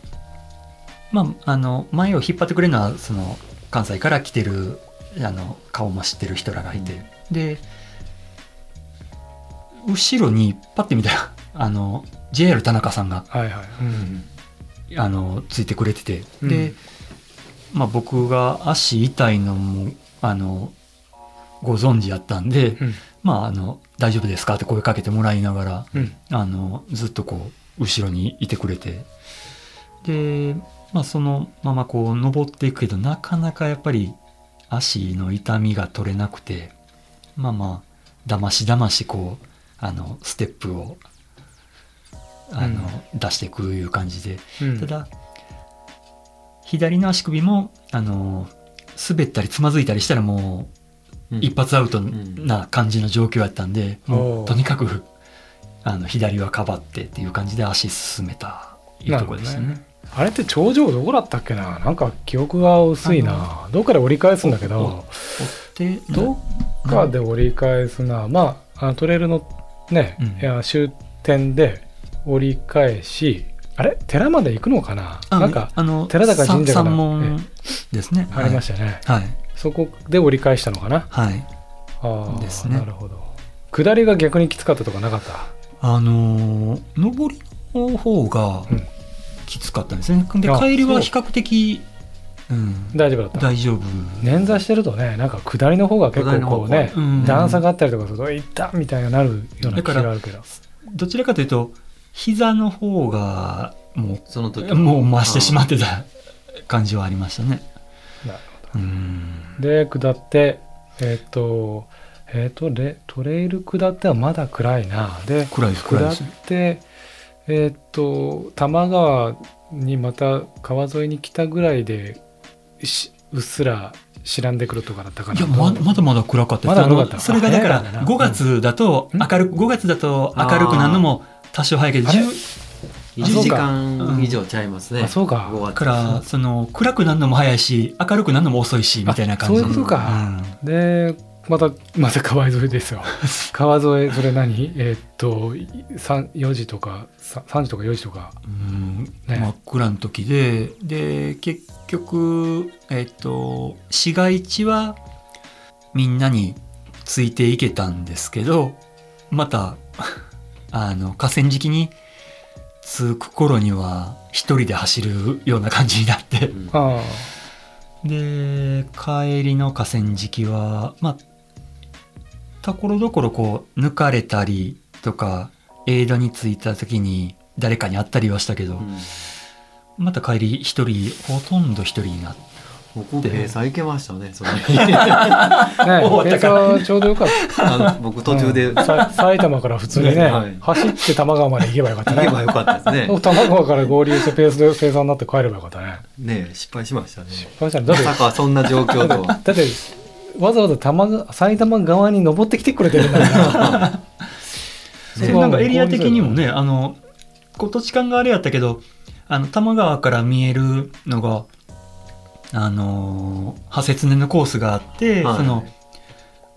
まああの前を引っ張ってくれるのはその関西から来てるあの顔も知ってる人らがいて、で後ろにパッて見たら あの JR 田中さんが
はいはい、うん
あのついてくれてて、
うん
で、まあ、僕が足痛いのもあのご存知やったんで、
うん
まああの大丈夫ですかって声かけてもらいながら
うん
あのずっとこう後ろにいてくれてで、まあ、そのままこう登っていくけどなかなかやっぱり足の痛みが取れなくてまあまあだましだましこうあのステップをあの、出していくいう感じで
うん
ただ左の足首もあの滑ったりつまずいたりしたらもう
うん
一発アウト
ん
な感じの状況やったんで、も
おー
うとにかくあの左はかばってっていう感じで足進めたいうところでしたね
なあれって頂上どこだったっけななんか記憶が薄いなどっかで折り返すんだけど
で
どっかで折り返すな、まああのトレイルのね、
うん
いや終点で折り返しあれ寺まで行くのかな
あ
なんか
あの
寺坂神社かな
さ三門ですね
ありまし
した
ね、
たはい
そこで折り返したのかな
はい、
ああ、
ですね
なるほど下りが逆にきつかったとかなかった
あのー上りの方が
うん
きつかったんですね、で
あ
帰り
そう
は比較的うん
大丈夫だった
大丈夫
捻挫してるとねなんか下りの方が結構こうね
下りの方うん
段差があったりとかすると「いった!」みたいになるような気があるけど
どちらかというと膝の方がも
その時
うもう増してしまってた感じはありましたね
なる
うん
で下ってえっ、とえっ、とレトレイル下ってはまだ暗いなで
暗いです暗い
下
で
っ
す
てえっ、と多摩川にまた川沿いに来たぐらいでしうっすら知らんでくるとかだったかない
やままだまだ暗かったです
まだ暗かった
あのそれがだか
あ早いな
ら5月だと
うん
明るく5月だと明るくなるのも多少早いけど
あれ
10
1時間以上ちゃいますね
あそうか
5月
からその暗くなるのも早いし明るくなるのも遅いしみたいな感
あ
じ
そういうことかでまたまた川沿いです よ川沿いそれ何えーっと三4時とかさ3時とか4時とか
うん
ね
真っ暗の時でで結局、えっと市街地はみんなについていけたんですけどまた あの河川敷に着く頃には一人で走るような感じになって
うん
あ
で帰りの河川敷はまあところどころこう抜かれたりとかエイドに着いた時に誰かに会ったりはしたけど、
うん
また帰り一人ほとんど一人になっ
僕も閉鎖行けましたねその日
あ ね
終わった
え
から
はちょうどよかった
あの僕途中で
うんさ 埼玉から普通にね、
ねはい
走って多摩川まで行けばよかった
行
ね
けばよかったです
も
ね
う多摩川から合流してペースで生産になって帰ればよかったね
ねえ失敗しましたね
そうしたらだ
ま
って
さかそんな状況とは
だってわざわざ多摩川埼玉側に登ってきてくれてるんだから
て、なんかエリア的にもねあのこう土地勘があれやったけどあの多摩川から見えるのがあの派切根のコースがあって、
はい
その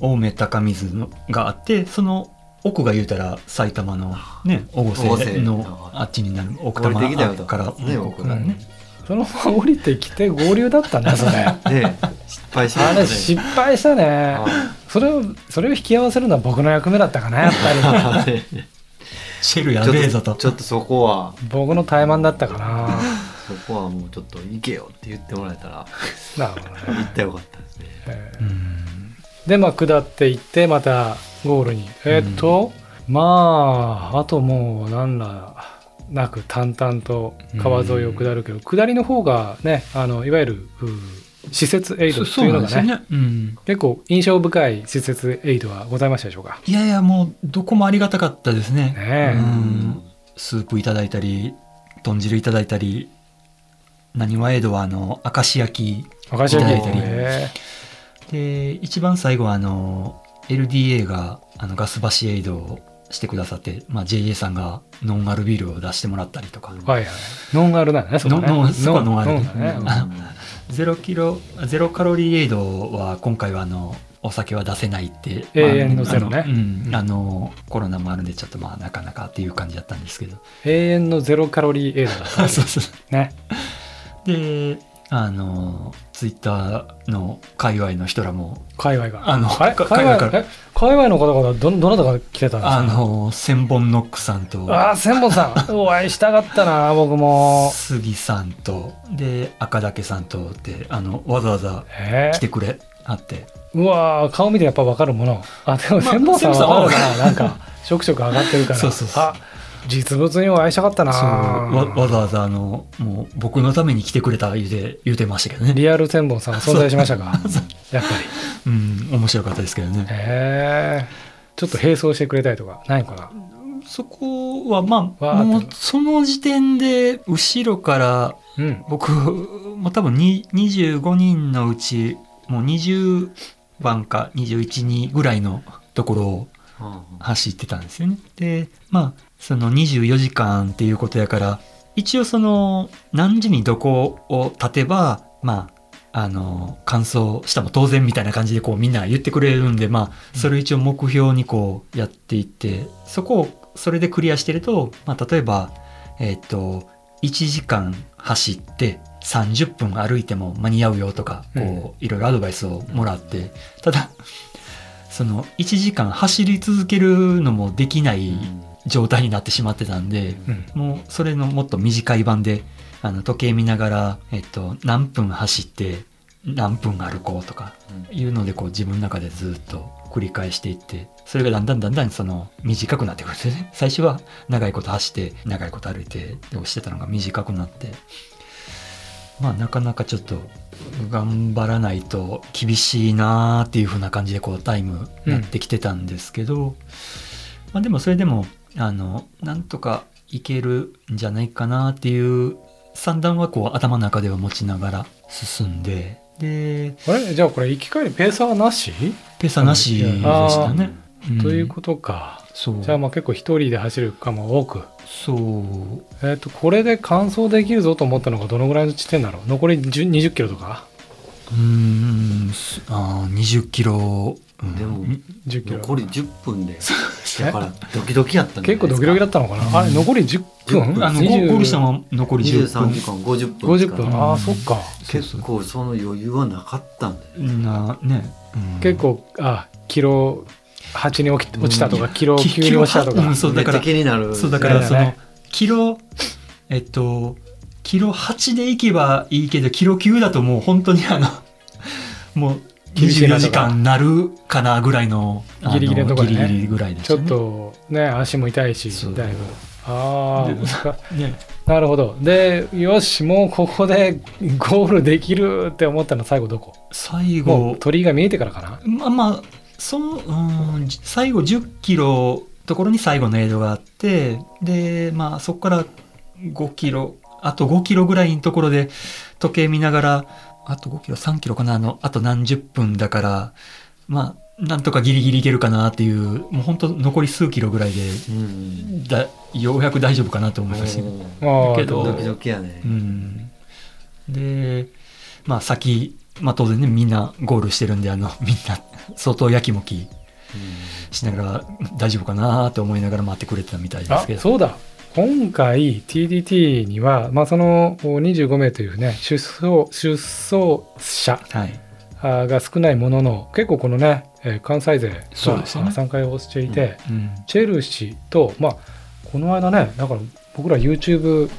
青梅高水のがあってその奥が言うたら埼玉のね大
越
越
生
のあっちになる奥多
降りてきたよと
摩から
ね
奥からね
そのまま降りてきて合流だったんだそれあ
ねえ失敗しま
れ
し
失敗したね
たね
それをそれを引き合わせるのは僕の役目だったかなやっぱ
はい ね
シェルや
ち
べえ
ょ
ぞ
っと
と
ちょっとそこは
り僕の怠慢だったかな
そこはもうちょっと行けよって言ってもらえたら
なるほど
行
ね
ってよかったですね
えー
うん
でまあ下っていってまたゴールにえーっと、まああともう何らなく淡々と川沿いを下るけど、下りの方がねあのいわゆるうー施設エイドって
そう
いう
なん
の
で
が
すよ
ね
ね、うん、
結構印象深い施設エイドはございましたでしょうか
いやいやもうどこもありがたかったですね
ねえ
うんスープいただいたり豚汁いただいたり何ワイドはあの明石焼
明石焼き
いただいたり
ね
きで一番最後はあの LDA があのガスバシエイドをしてくださって、まあ、JA さんがノンアルビールを出してもらったりとか、
はいはいノンアルだねそこね
ノンノンそこはノンアルで
だね
う
うん
ん
あゼロキロゼロカロリーエイドは今回はあのお酒は出せないって
永遠のゼロね
あのうん、あのコロナもあるんでちょっとまあなかなかっていう感じだったんですけど
永遠のゼロカロリーエイドだった
そうそう
ね
であのツイッターの界隈の人らも
界隈が
あの
あれ
か
界隈
海外か
え界隈の方々はどどなたが来てたんですか
あの千本ノックさんと
ああ千本さ んお会いしたかったな僕も
杉さんとで赤岳さんとってあのわざわざ
え
来
ー
てくれあって
うわー顔見てやっぱ分かるものあでも
まあ
千本さんは分かる
千本
ななんかしょくしょく上がってるから
そうそうそう
あ実物にお会いしたかったな
そうわわざわざあのもう僕のために来てくれた言うて言うてましたけどね
リアル千本さん存在しました かやっぱり
うん面白かったですけどね
ええちょっと並走してくれたりとかないのかな
そこはま
わー
あ
って
もうその時点で後ろから
うん
僕もう多分に25人のうちもう20番か212ぐらいのところを走ってたんですよね。でまあその24時間っていうことやから一応その何時にどこを立てばまああの完走したも当然みたいな感じでこうみんな言ってくれるんでまあそれを一応目標にこうやっていってそこをそれでクリアしてると、まあ、例えばえっ、と1時間走って30分歩いても間に合うよとかこういろいろアドバイスをもらってただその1時間走り続けるのもできない状態になってしまってたんで、
うん
もうそれのもっと短い版であの時計見ながら、えっと、何分走って何分歩こうとかいうのでこう自分の中でずっと繰り返していってそれがだんだんだんだんその短くなってくるんですよね 最初は長いこと走って長いこと歩いてで押してたのが短くなってまあなかなかちょっと頑張らないと厳しいなーっていう風な感じでこうタイムなってきてたんですけど、まあ、でもそれでもあのなんとかいけるんじゃないかなっていう算段はこう頭の中では持ちながら進んでで
あれじゃあこれ行き帰りペーサーなし、
ペーサーなしでしたね。ん
ということか
そう
じゃあまあ結構一人で走る区間も多く
そう
えっ、とこれで完走できるぞと思ったのがどのぐらいの地点だろう残り10 20キロとか
うーんすあー20キロ、うん
でも
うん
10キロ
残り10分でだからドキドキやったんじゃ
結構
ないですか
ドキドキだったのかな、
う
あ
ん
れ残り10分
あの
20
ゴールしたのは残り10
23時間
分
50分です
50
か
分
ら
ん
ああそっか
結構その余裕はなかったんで
なね、うん
結構あキロ8に起き落ちたとかキロ9に落ちたと
う
か
んそう
め
だ
っち
か
ゃ
ら
気になる
そうだからそ
だ
の
よね
キロえっとキロ8で行けばいいけどキロ9だともう本当にあの もう
厳しいな
24
とか
時間なるかなぐらいのあの
ギリギリのとこでね
ギリギリぐらいでし
ち
た
ょ
ね
っとね足も痛い
そ
し
う
だいぶあ
で
あ
ね
なるほどでよしもうここでゴールできるって思ったの最後どこ
最
もう
後
鳥居が見えてからかな
まあまあそのうんじ最後10キロところに最後のエイドがあってでまあそこから5キロあと5キロぐらいのところで時計見ながらあと5キロ3キロかなあのあと何十分だからまあなんとかギリギリいけるかなっていうもう本当残り数キロぐらいで
うん
だようやく大丈夫かなと思いましたけど
も
ああ
け
う
ど
ドキドキやね
うんでまあ先、まあ、当然ねみんなゴールしてるんであのみんな相当やきもきしながら大丈夫かなと思いながら待ってくれてたみたいです
あ
けど
そうだ今回 TDT には、まあ、その25名というね出走出走者
はい
あーが少ないものの結構このね、えー関西勢が
そうですよね
参加をしていて、
うん
チェルシーと、まあ、この間ねだから僕ら YouTube、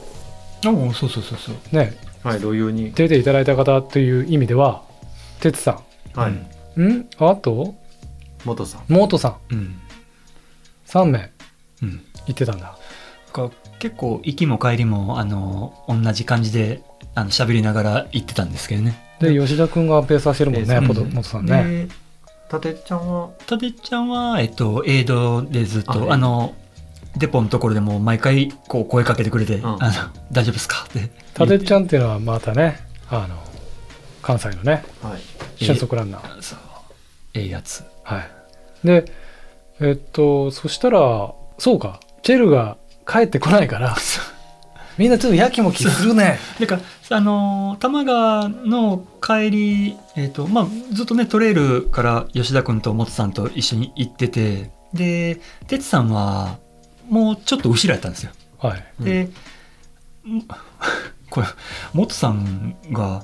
あそうそうそうそう
ね、
うんはい余裕に
出ていただいた方という意味ではてつさ
は
うん
い
んんあと
元さん
モートさ
うん
ん3名
うん
行ってたんだ
か結構行きも帰りもあの同じ感じであの喋りながら行ってたんですけどね
で吉田君がペーサーしてるもんね、
ペーサー
ポトモートさんね
で
たてっちゃんは
たてっちゃんはえっとエイドでずっ
あは
と
い
あのデポのところでもう毎回こう声かけてくれて「
ん
あの大丈夫ですか?」って
タデちゃんっていうのはまたねあの関西のね
はい。
俊足ランナー、
そうええやつ
はいでえっとそしたらそうかチェルが帰ってこないからみんなちょっとやきもきするね
だからあのー多摩川の帰り、えーとまあ、ずっとねトレイルから吉田君とモトさんと一緒に行っててで哲さんはもうちょっと後ろやったんですよ。
はい
で、んこれモトさんが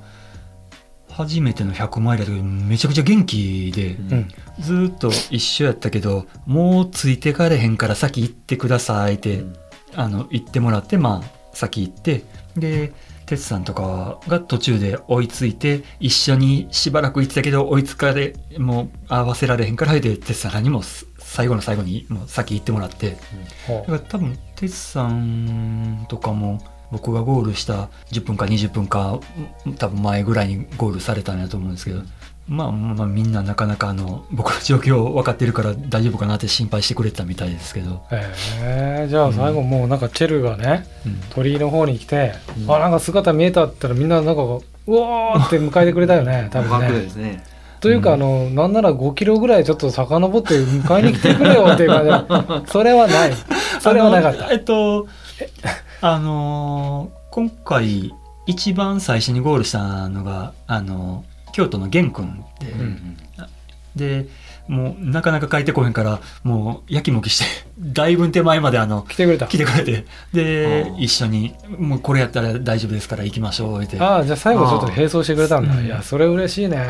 初めての100マイルだけどめちゃくちゃ元気で、
うん
うん
ずーっと一緒やったけどもうついてかれへんから先行ってくださいって、
うん
あの行ってもらってまあ先行ってで哲さんとかが途中で追いついて一緒にしばらく行ってたけど追いつかれもう合わせられへんからで哲さんにもす最後の最後にもう先行ってもらってだから多分哲さんとかも僕がゴールした10分か20分かん多分前ぐらいにゴールされたんやと思うんですけど。まあ、まあみんななかなかあの僕の状況分かってるから大丈夫かなって心配してくれてたみたいですけど、
えー、じゃあ最後もうなんかチェルがね
うん
鳥居の方に来て、
うん
あなんか姿見えたって言ったらみんななんかうおーって迎えてくれたよね多分
隠れ
ね
ですね。
というか、
うん
あのなんなら5キロぐらいちょっと遡って迎えに来てくれよっていう感じそれはないそれはなかっ
あ
た
のえっと、あのー今回、一番最初にゴールしたのが、あのー京都の玄君で、
うん
で、もう、なかなか帰ってこへんから、もう、やきもきして、 だいぶ手前まで、あの、
来てくれた
来てくれて、で
あ、ー
一緒に、もうこれやったら大丈夫ですから行きましょう、言うて、
ああじゃあ最後ちょっと並走してくれたんだ、
うん
いやそれ嬉しいね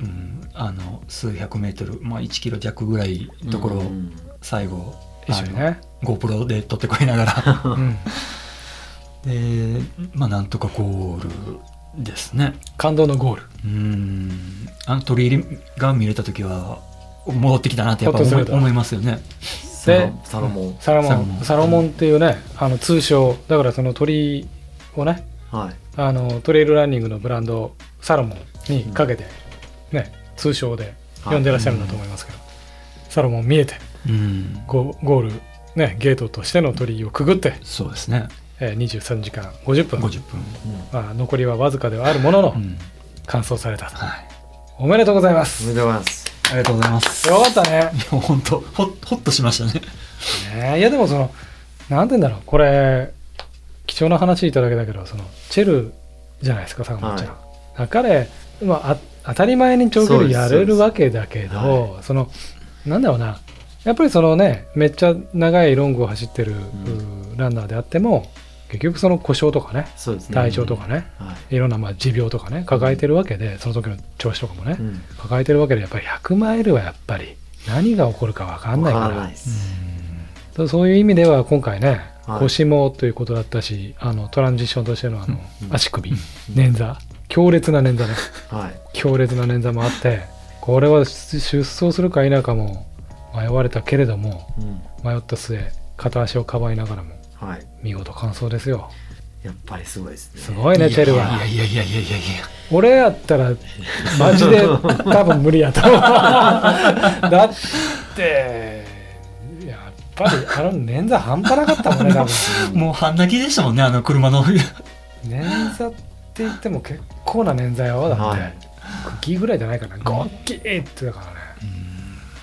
うん、あの、数百メートル、まあ、1キロ弱ぐらいのところを、
うん
最後、
一緒にね、
あの GoPro で撮ってくれながら。
うん、
でまあなんとかゴールですね
感動のゴール
うーんあの取り入れが見れた時は戻ってきたなってやっぱ
ほっと
思
す
い
ると
思いますよね
サロンサロモン。
サロモン
サ
サ
ロ
ロ
モン
モンっていうねあの通称だからその鳥居をね
はい。
あのトレイルランニングのブランドサロモンにかけて、ね通称で呼んでらっしゃるんだと思いますけど、サロモン見えて
うん
ゴゴール、ね、ゲートとしての鳥居をくぐって、
そうですね
えー23時間50分
50分、
まあ、残りはわずかではあるものの
うん
完走されたと、
はい、
おめでとうございま
お
す
めでとうございます。
ありがとうございます
よかったね
いや本当ほっほっとしましたね
ねいやでもそのなんて言うんだろうこれ貴重な話いただけだけどそのチェルじゃないですか坂本ちゃん、だ彼、まあ、あ当たり前に長距離や
そう
れ
です
るわけだけど
そ
そ
う
のなんだろうなやっぱりそのねめっちゃ長いロングを走ってる、うーランナーであっても結局その故障とかね
そうですね。
体調とかね、
はい。
いろんなまあ持病とかね抱えてるわけでその時の調子とかもね、
うん。
抱えてるわけでやっぱり100マイルはやっぱり何が起こるか分かんないか
わから
ら
ないです。
そうそういう意味では今回ね、
はい
腰もということだったしあのトランジションとしてのあの、
うん
足首捻挫強烈な捻挫ね
はい。
強烈な捻挫もあってこれは出出走するか否かも迷われたけれども
うん。
迷った末片足をかばいながらも
はい。
見事完走ですよ
やっぱりすごいですね。
すごいねチェルはい
やいやいやいやいやいや
俺やったらマジで多分無 理やと思うだってやっぱりあの捻挫半端なかったも んね多分。
もう半泣きでしたもんねあの車の
捻挫って言っても結構な捻挫よだって、
はい
茎ぐらいじゃないかなゴッキーってだからね、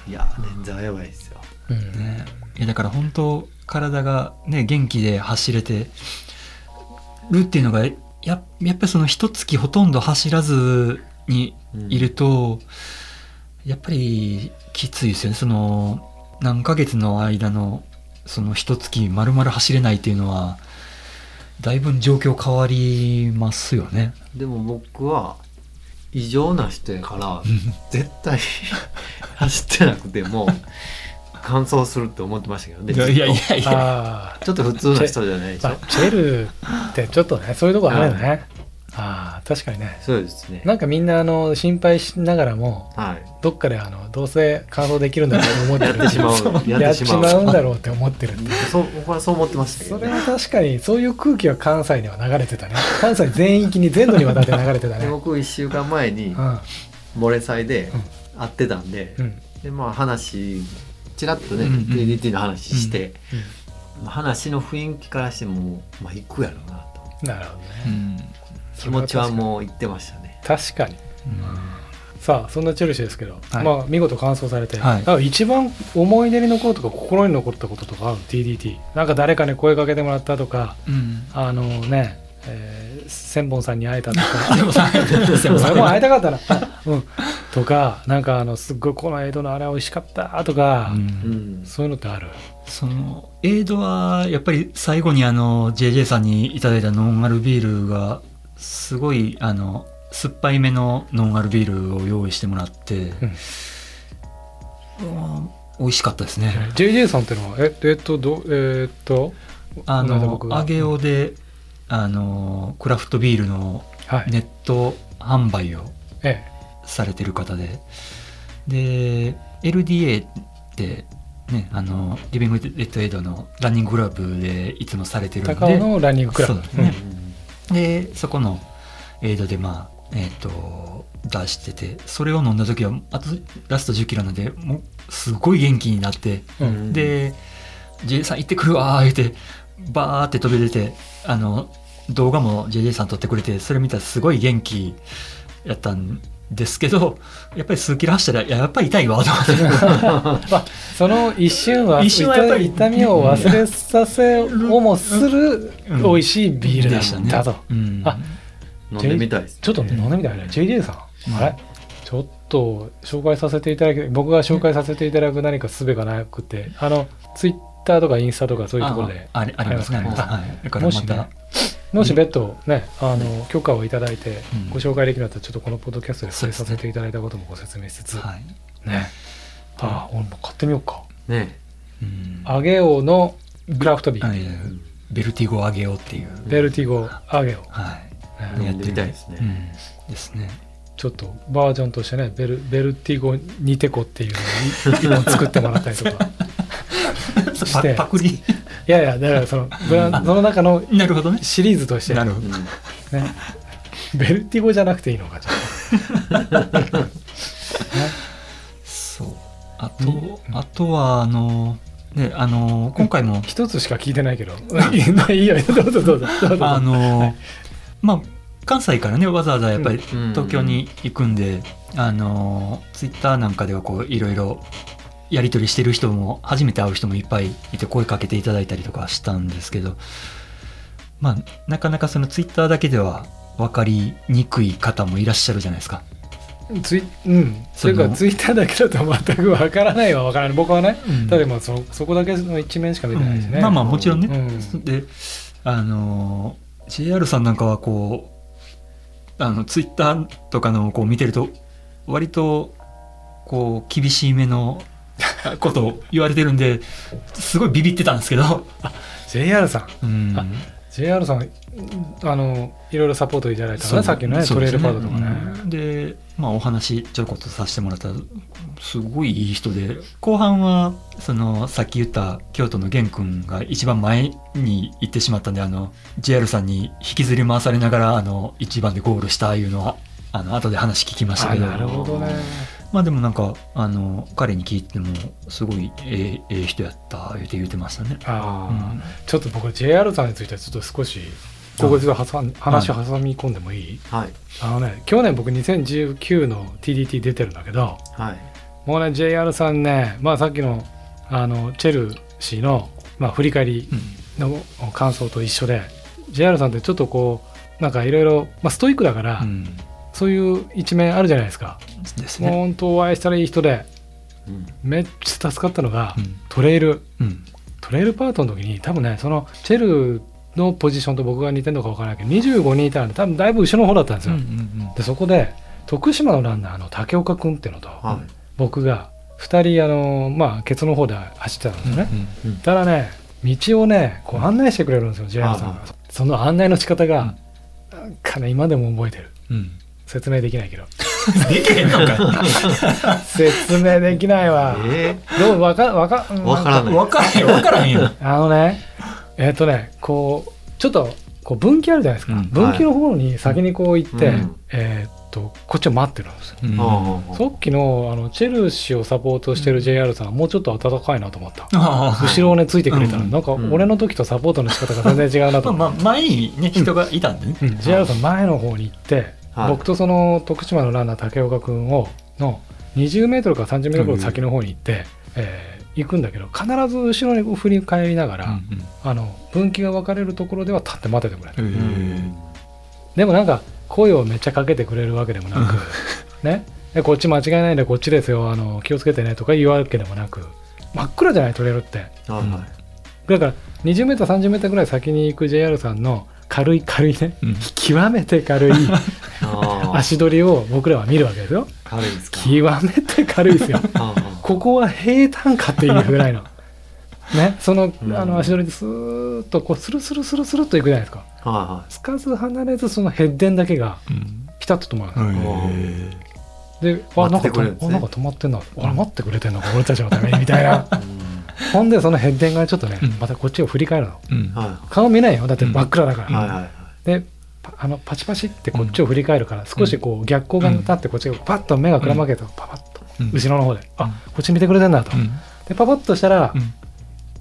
いや、全然やばいですよ。
ね、いやだから本当体がね元気で走れてるっていうのがややっぱりその一月ほとんど走らずにいると、やっぱりきついですよねその何ヶ月の間のその一月まるまる走れないっていうのはだいぶ状況変わりますよね。
でも僕は異常な人やから絶対 走ってなくても乾燥するって思ってましたけどね
いやいやい
ずっ
やいや
ああ
とちょっと普通の人じゃないでしょ
まあチェルってちょっとねそういうとこあるよね、ああ確かにね
そうですね
なんかみんなあの心配しながらも
はい
どっかであのどうせ感想できるんだろうと思って
や
る
ってしまう
や
や
っ
ってて
し
し
ま
ま
うん
う
だろうって思ってるって
そう僕はそう思ってましたけ
そ
ど
れ
ね
は確かにそういう空気は関西には流れてたね関西全域に全土にわたって流れてたね
で僕1週間前に
うん
漏れ祭で会ってたんで
うん
でまあ話ちらっとね、
うんうん
DDT の話して、話の雰囲気からしてもう、まあ、行くやろうなと
なるほどね、
うん
気持ちはもう行ってましたね
確かにさあそんなチェルシーですけど、
はい
まあ見事完走されて、
はい
なんか一番思い出に残るとか心に残ったこととかある DDT なんか誰かに声かけてもらったとか
うん
あのね、えー千本さんに会えた とか
でもさでも
俺も会い
さ
たかった な、うん、とかなんかあのすっごいこの江戸のあれ美味しかったとか、
うん
ん
そういうのってある
そのエイドはやっぱり最後にあの JJ さんにいただいたノンアルビールがすごいあの酸っぱいめのノンアルビールを用意してもらって、うん美味しかったですね、
JJ さんってのはええっとどえっと
あ
この間
の
僕が
揚げおであのクラフトビールの
はい、
ネット販売を
え
されてる方でで LDA ってねあのリビングレッドエイドのランニングクラブでいつもされて
え
るんで
高尾のランニングクラブ
そうですね
ん
でそこのエイドでまあえっ、と出しててそれを飲んだ時はあとラスト1 0キロなんでもうすごい元気になって、
うん
うん
で「JJ さん行ってくるわ」言うてバーって飛び出てあの動画も JJ さん撮ってくれてそれ見たらすごい元気やったんですけどやっぱり数キロ走ったらいややっぱり痛いわと思って
その一瞬は
一瞬はやっぱり
痛みを忘れさせをもする
うん
美味しいビールだったんだと、
うん
あ
飲んでみたいです
ちょっと飲んでみたいね JJ さん、
うん
あれちょっと紹介させていただき僕が紹介させていただく何か術がなくてあのツイッターとかインスタとかそういうところで
あありありますねありますはいだか
も
らま、
したねもし別途ねあの許可をいただいて
うん
ご紹介できるんだったらちょっとこのポッドキャストで
そ
紹介
うです
さ
ね
せていただいたこともご説明しつつ、
はい
ねああ俺も買ってみようか
ね
うん
アゲオのクラフトビール、
はいベルティゴを上げようっていう、
ベルティゴアゲオ、
はい、
ね
飲んでみたいですね、
うん、です ね
ちょっとバージョンとしてねベルベルティゴニテコっていうのをい一本作ってもらったりと か
パパクリ
いやいやだからそのブランその中の
なるほどね
シリーズとして
な
ね
るほど
うん
ベルティゴじゃなくていいのかじゃ
そうあと、あとはあのねあの今回も
あ一つしか聞いて ないけどいいまあいいよどうぞどうぞどうぞ
あのまあ関西からねわざわざやっぱり
うん
東京に行くんで、あのツイッターなんかではこういろいろやり取りしてる人も初めて会う人もいっぱいいて声かけていただいたりとかしたんですけどまあなかなかそのツイッターだけでは分かりにくい方もいらっしゃるじゃないですか。
ツイうんそ
そ
れか
の
ツイッターだけだと全くわからないはわからない僕はね、
うん
ただまあそのそこだけの一面しか見てないしね、
うんまあまあもちろんね、
うん
であのー JR さんなんかはこうあのツイッターとかのをこう見てると割とこう厳しい目のことを言われてるんですごいビビってたんですけど、
JR さん
うん、
あ JR さんうんあのいろいろサポートいただいたのねさっきのね
そ
ト
うで
レイル
す
パードとかね、
うんで、まあ、お話ちょこっとさせてもらったらすごいいい人で後半はそのさっき言った京都の玄君が一番前に行ってしまったんであの JR さんに引きずり回されながらあの1番でゴールしたいうのはあの後で話聞きました
あ
けど
なるほどね
まあでもなんかあの彼に聞いてもすごいええええ人やった言うて言うてましたね。
あ
う
あ、
ん
ちょっと僕 JR さんについてはちょっと少しここでちょっと挟ん話を挟み込んでもいい、
はい
あのね去年僕2019の TDT 出てるんだけど
はい
もうね JR さんね、まあ、さっきのあのチェルシーの、まあ、振り返り
うん
の感想と一緒で JR さんってちょっとこうなんかいろいろまあストイックだから、
うん
そういう一面あるじゃないですか、
です
もう
ね。
本当お会いしたらいい人で
うん
めっちゃ助かったのが、
うん
トレイル
うん
トレイルパートの時に多分ねそのチェルのポジションと僕が似てるのか分からないけど25人いたんで多分だいぶ後ろの方だったんです
うんう
よ、
ん
でそこで徳島のランナーの竹岡君っていうのと
は
僕が2人あのまあケツの方で走ってたんです
う
よ
ん
ね、たらね道をねこう案内してくれるんですよ JR さん
は
がその案内の仕方が、なんかね今でも覚えてる
うん
説明できないけど
できへんのかい
説明できない わ
いえ
どうわかわかうん
わからない
わからへんわからへんよ。
あのね、えっ、とね、こう、ちょっと、こう分岐あるじゃないですか。
うん
分岐の方に先にこう行って、
はいうん
えっ、とこっちは待ってるんですよ
うん
ああ
さっきのあのチェルシーをサポートしてる JR さん、もうちょっと温かいなと思った
あ
後ろをねついてくれたら、
うん
なんか
うん
俺の時とサポートの仕方が全然違うなと
あ
思
ま
っ
あ、前にね人がいたんでね
て、うん JR さん前の方に行って、
はい
僕とその徳島のランナー竹岡君をの20メートルから30メートル先の方に行って、えー行くんだけど必ず後ろに振り返りながら、あの分岐が分かれるところでは立って待っててくれる
うん
う
うん
ん
でもなんか声をめっちゃかけてくれるわけでもなく、ねえこっち間違いないんでこっちですよあの気をつけてねとか言うわけでもなく真っ暗じゃないトレールって
はいはい
だから 20m30m ぐらい先に行く JR さんの軽い軽いね
うん
極めて 軽い
ああ
足取りを僕らは見るわけですよ
軽いですか
極めて軽いです よ
ああ
ここは平坦かっていうぐらいのねその
うん
あの足取りでスーッとこうスルスルスルスルっと行くじゃないですか
は
つかず離れずそのヘッデンだけがピタッと止まるんですよ
うん
で、あ、なん
待って
か
くれるんです
と、
ね
あなんか止まってんな。あれ、待ってくれてんのか、俺たちのために、み たいな。
いはいうん
ほんで、そのヘッデンがちょっとね
うん、
またこっちを振り返るの。
うん
はい
顔見ないよ。だって真っ暗だか
はい
ら。
はいはい
で、パあの、パチパチってこっちを振り返るから、少しこう逆光が立って、こっちがパッと目がくらまけて、パパッと、
うん
後ろの方で、
うん
あ、こっち見てくれてんだと
う。ん
で、パパッとしたら
う、ん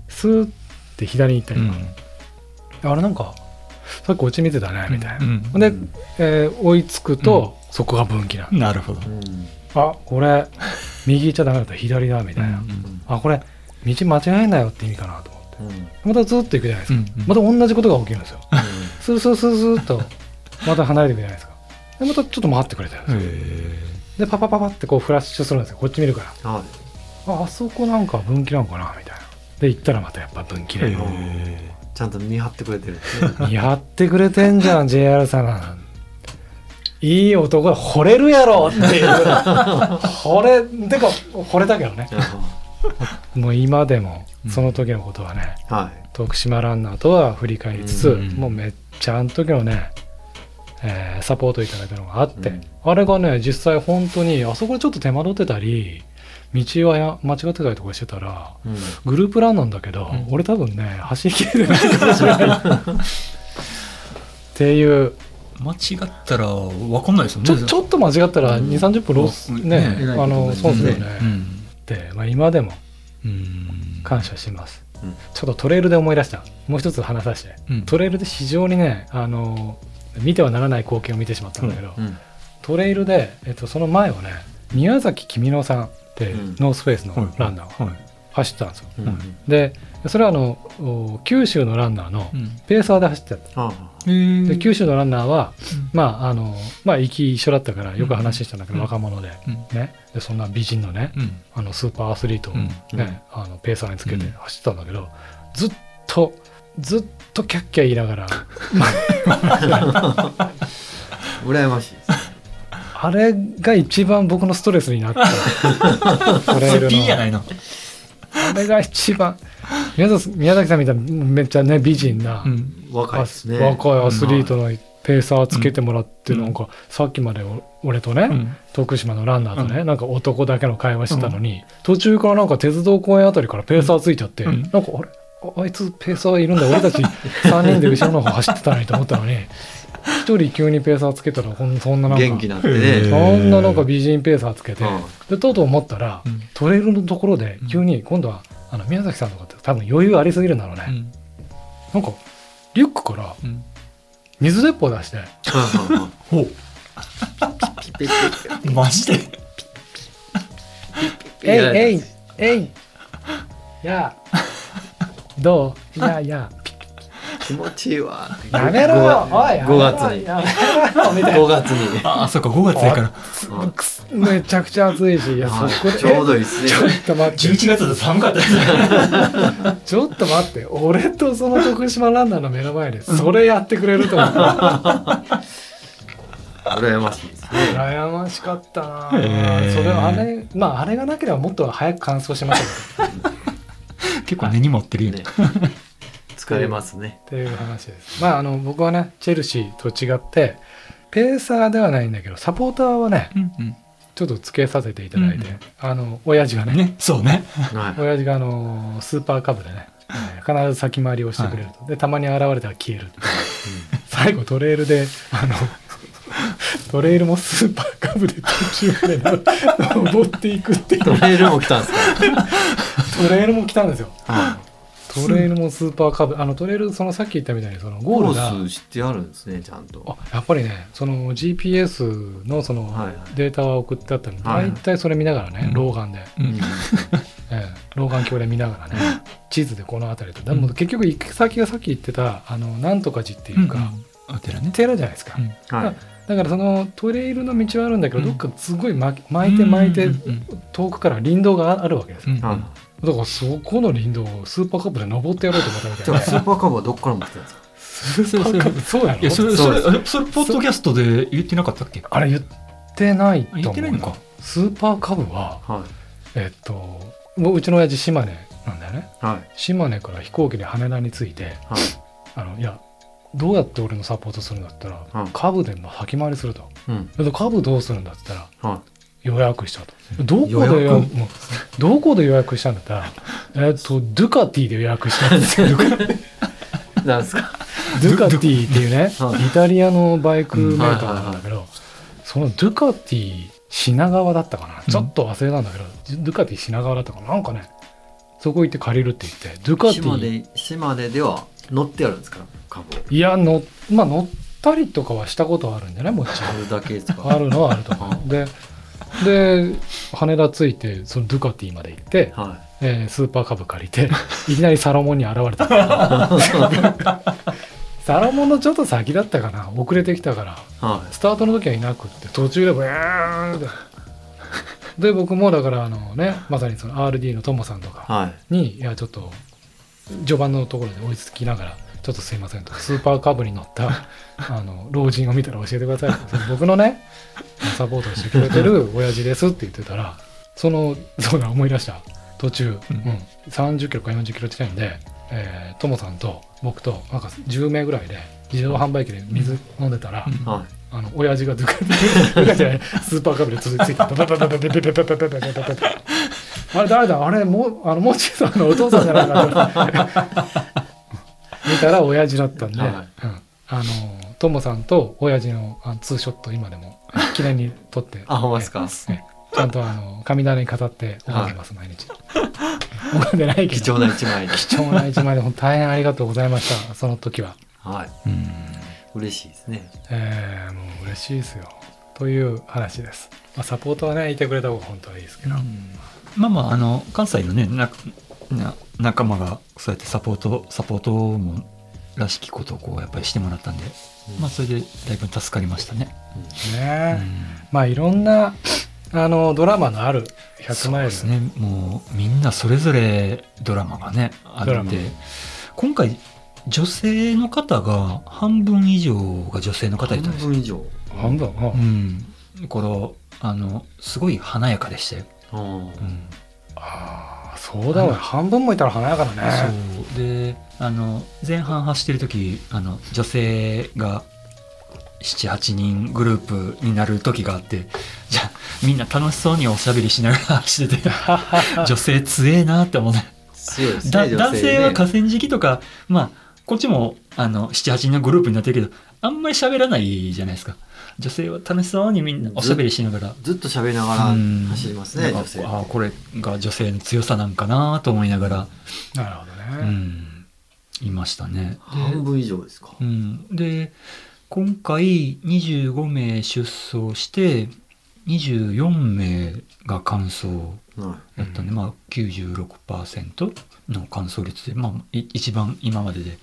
スーって左に行った
う
り
ん
とか、あれなんか、さっきこっち見てたね、みたいな。
う
ほんで、えー追いつくと、そこが分岐なん
なるほど
うん
あ、これ、右行っちゃダメだった、左だ、みたいな。あこれ道間違えんなよって意味かなと思って
うんうん
またずっと行くじゃないです
う
か、
ん
また同じことが起きるんですよスルスルスルスルっとまた離れていくじゃないですかでまたちょっと待ってくれたんですよ
へ
でパパパパってこうフラッシュするんですよこっち見るから
はい
ああそこなんか分岐なんかなみたいなで行ったらまたやっぱ分岐
え
で
へ
ちゃんと見張ってくれてるんですね
やってくれてんじゃん JR さんいい男だ惚れるやろっていう惚れてか惚れたけどねもう今でもその時のことはね、
はい
徳島ランナーとは振り返りつつ、
うん
うん
もうめっちゃあの時のね、えーサポートいただいたのがあって、
うん
あれがね実際本当にあそこでちょっと手間取ってたり道はや間違ってたりとかしてたら
うん
グループランなんだけど、
うん
俺多分ね走りきれてないかもしれない。っていう
間違ったらわかんないですよね
ちょちょっと間違ったら
うん
2 3 0分ロス、
うん
ね
え
らい
あの
こと
そう
に
で
な
す
り
よ
ま
ね。
うん
で、まあ、今でも
うん
感謝します、
うん
ちょっとトレイルで思い出したもう一つ話させて。
うん
トレイルで非常にね、あの見てはならない光景を見てしまったんだけど、
うん
トレイルで、えっと、その前をね宮崎君乃さんって、
うん
ノースフェイスの
はい
ランナーが
はい
走ってたんですよ。
うんうん
でそれはあのお九州のランナーのペーサーで走ってた、
あ
で
で
九州のランナーは、
ま
まああのまあ行き一緒だったからよく話したんだけど、
うん
若者で,、
うん
ね、でそんな美人のね
うん
あのスーパーアスリートを、ね
うんうん
あのペーサーにつけて走ってたんだけど、ずっとずっとキャッキャ言いながら
あ羨ましいです
あれが一番僕のストレスになった。 トレイルの
ピーやないの
あれが一番。宮崎宮崎さんみたいなめっちゃね美人な、
ん
若いですね
若いアスリートのペーサーつけてもらって、
うん
なんかさっきまでお俺とね、
うん
徳島のランナーとね、
う
なんか男だけの会話してたのに、途中からなんか鉄道公園あたりからペーサーついちゃって、
うん
なんかあれああいつペーサーいるんだ俺たち3人で後ろの方走ってたのにと思ったのに1人急にペーサーつけたらほんそんななんか
元気になって
へ
ね
ー
そんななんか美人ペーサーつけて、
うん
でとうとう思ったら、
うん
トレイルのところで急に今度はあの宮崎さんとかって多分余裕ありすぎるんだろうね、
うん
なんかリュックから
うん
水鉄砲出して
はいはいはい
ほう
ピッピッピッピッ
マジで
「えいえいえいやあどうやあやあ
気持ちいいわ
やめろよおい
5月に
やめろよみたい
5月に
ああそうか5月やから
なくすめちゃくちゃ暑いしいや
あ
そこで
ちょうど
え
いいですね
ちょっと待 って
11月で寒かったですね
ちょっと待って俺とその徳島ランナーの目の前でそれやってくれると思って
羨ましいですね
羨ましかったな
へー
それあれまああれがなければもっと早く乾燥しま したけ
結構根に持ってるよ
ね疲れますね
どっていう話ですまああの僕はねチェルシーと違ってペーサーではないんだけどサポーターはね
うん
ちょっとつけさせていただいて、
うん
あの親父が
う
ね
んねそうね
はい
親父があのスーパーカブでねえー必ず先回りをしてくれると、でたまに現れたら消える、最後トレールであのトレイルもスーパーカブで途中までの登っていくっていう
トレイルも来たんですか、
トレイルも来たんですよ
は
トレイルもスーパーカブあのトレイルそのさっき言ったみたいにその
い、
ゴ
コ
ールが
ース知ってあるんですねちゃんと
あやっぱりねその GPS のその
はいはい
データを送ってあったので、
はいはい
大体それ見ながらね、
うん
老眼で、
う
うんん
ええ老眼鏡で見ながらね地図でこの辺りとでも
うん
結局行き先がさっき言ってたあのなんとか寺っていうか、
お寺ね
寺じゃないですか、
うん
はい
だからそのトレイルの道はあるんだけど、
うん
どっかすごい巻き巻いて巻いて、
うんうんうん
遠くから林道があるわけですよ、
うん
あ
だからそこの林道をスーパーカップで登ってやろうと思ったみたい
じゃ
な
あスーパーカブはどっから持ってたんですか
スーパーカップそうやろ
いやそれ
そ
そ
で
う
す
れそれそれポッドキャストで言ってなかったっけ
あれ言ってないと思う
言ってないのか
スーパーカブは
はい
えっともううちの親父島根なんだよね
はい
島根から飛行機で羽田に着いて
はい
あのいやどうやって俺のサポートするんだったら、
うん
カブでも先回りすると
うん
でカブどうするんだったら
は
予約したとどこで予約
予約
もうどこで予約したんだったらえっとドゥカティで予約したん ですけどドゥ
いなんですか
カティっていうね
はい
イタリアのバイクメーカーなんだけど、そのドゥカティ品川だったかな、
うん
ちょっと忘れたんだけどドゥカティ品川だったかななんかねそこ行って借りるって言ってドゥカテ
島
ィ
根島根では乗ってあるんですかカブを
いやの、まあ、乗ったりとかはしたことはあるんじゃないもち
あるだけです
ろんあ
か
るのはあると 思うでで羽田着いてそのドゥカティまで行って、
は
えースーパーカブ借りていきなりサロモンに現れた
い
サロモンのちょっと先だったかな遅れてきたから
は
スタートの時はいなくって途中でブーンってで僕もだからあのねまさにその RD のトモさんと
い
か
はい
にいやちょっと序盤のところで追いつきながらちょっとすいませんとスーパーカブに乗ったあの老人を見たら教えてくださいその僕のねサポートをしてくれてる親父ですって言ってたらそのそうだ思い出した途中、う
うん
ん30キロか40キロ地点で、えートモさんと僕となんか10名ぐらいで自動販売機で水飲んでたら、
うん
は
あの親父がずかずかスーパーカブでついてた。あれ誰だあれもあのモッチーさんのお父さんじゃないかと見たら親父だったんで、うん、あのトモさんと親父のあのツーショット今でも記念に撮って
あほんまですか
ええちゃんとあの神棚に飾って拝んでます毎日拝んでない
い
け
貴
ど
重な一枚で
貴重な一枚で本当大変ありがとうございましたその時は。
はい
うん
嬉しいですね
えー、もう嬉しいですよという話です、まあ、サポートはねいてくれた方が本当はいいですけど、
まあまああの関西のねなな仲間がそうやってサポートサポートもらしきことをこうやっぱりしてもらったんで、まあそれでだいぶ助かりましたね、う
ねえ、
ん
まあいろんなあのドラマのある100
そう
マイ
で
ル
すねもうみんなそれぞれドラマがねあ
ドラ
っ
マ
て今回女性の方が半分以上が女性の方いた
半
んですよ
分以上
半分あ
うん、だからあのすごい華やかでしたよ、
うん
うん
あーそうだわ、半分もいたら華やかだね
そうであの前半走ってる時あの女性が78人グループになる時があってじゃあみんな楽しそうにおしゃべりしながら走って て女性強えなって思うね
強いです
だ
ね女
男
ね
性は河川敷とかまあこっちもあの78人のグループになってるけどあんまり喋らないじゃないですか女性は楽しそうにみんなおしゃべりしながら
ずっと喋りながら
うん
走りますね
なんか
女性
ああこれが女性の強さなんかなと思いながら、
なるほ
う
どね、
ん、いましたね。
半分以上ですか
うん、で今回25名出走して24名が完走
は
だったんで、
うん
まあ、96%の完走率で、まあ、い一番今までで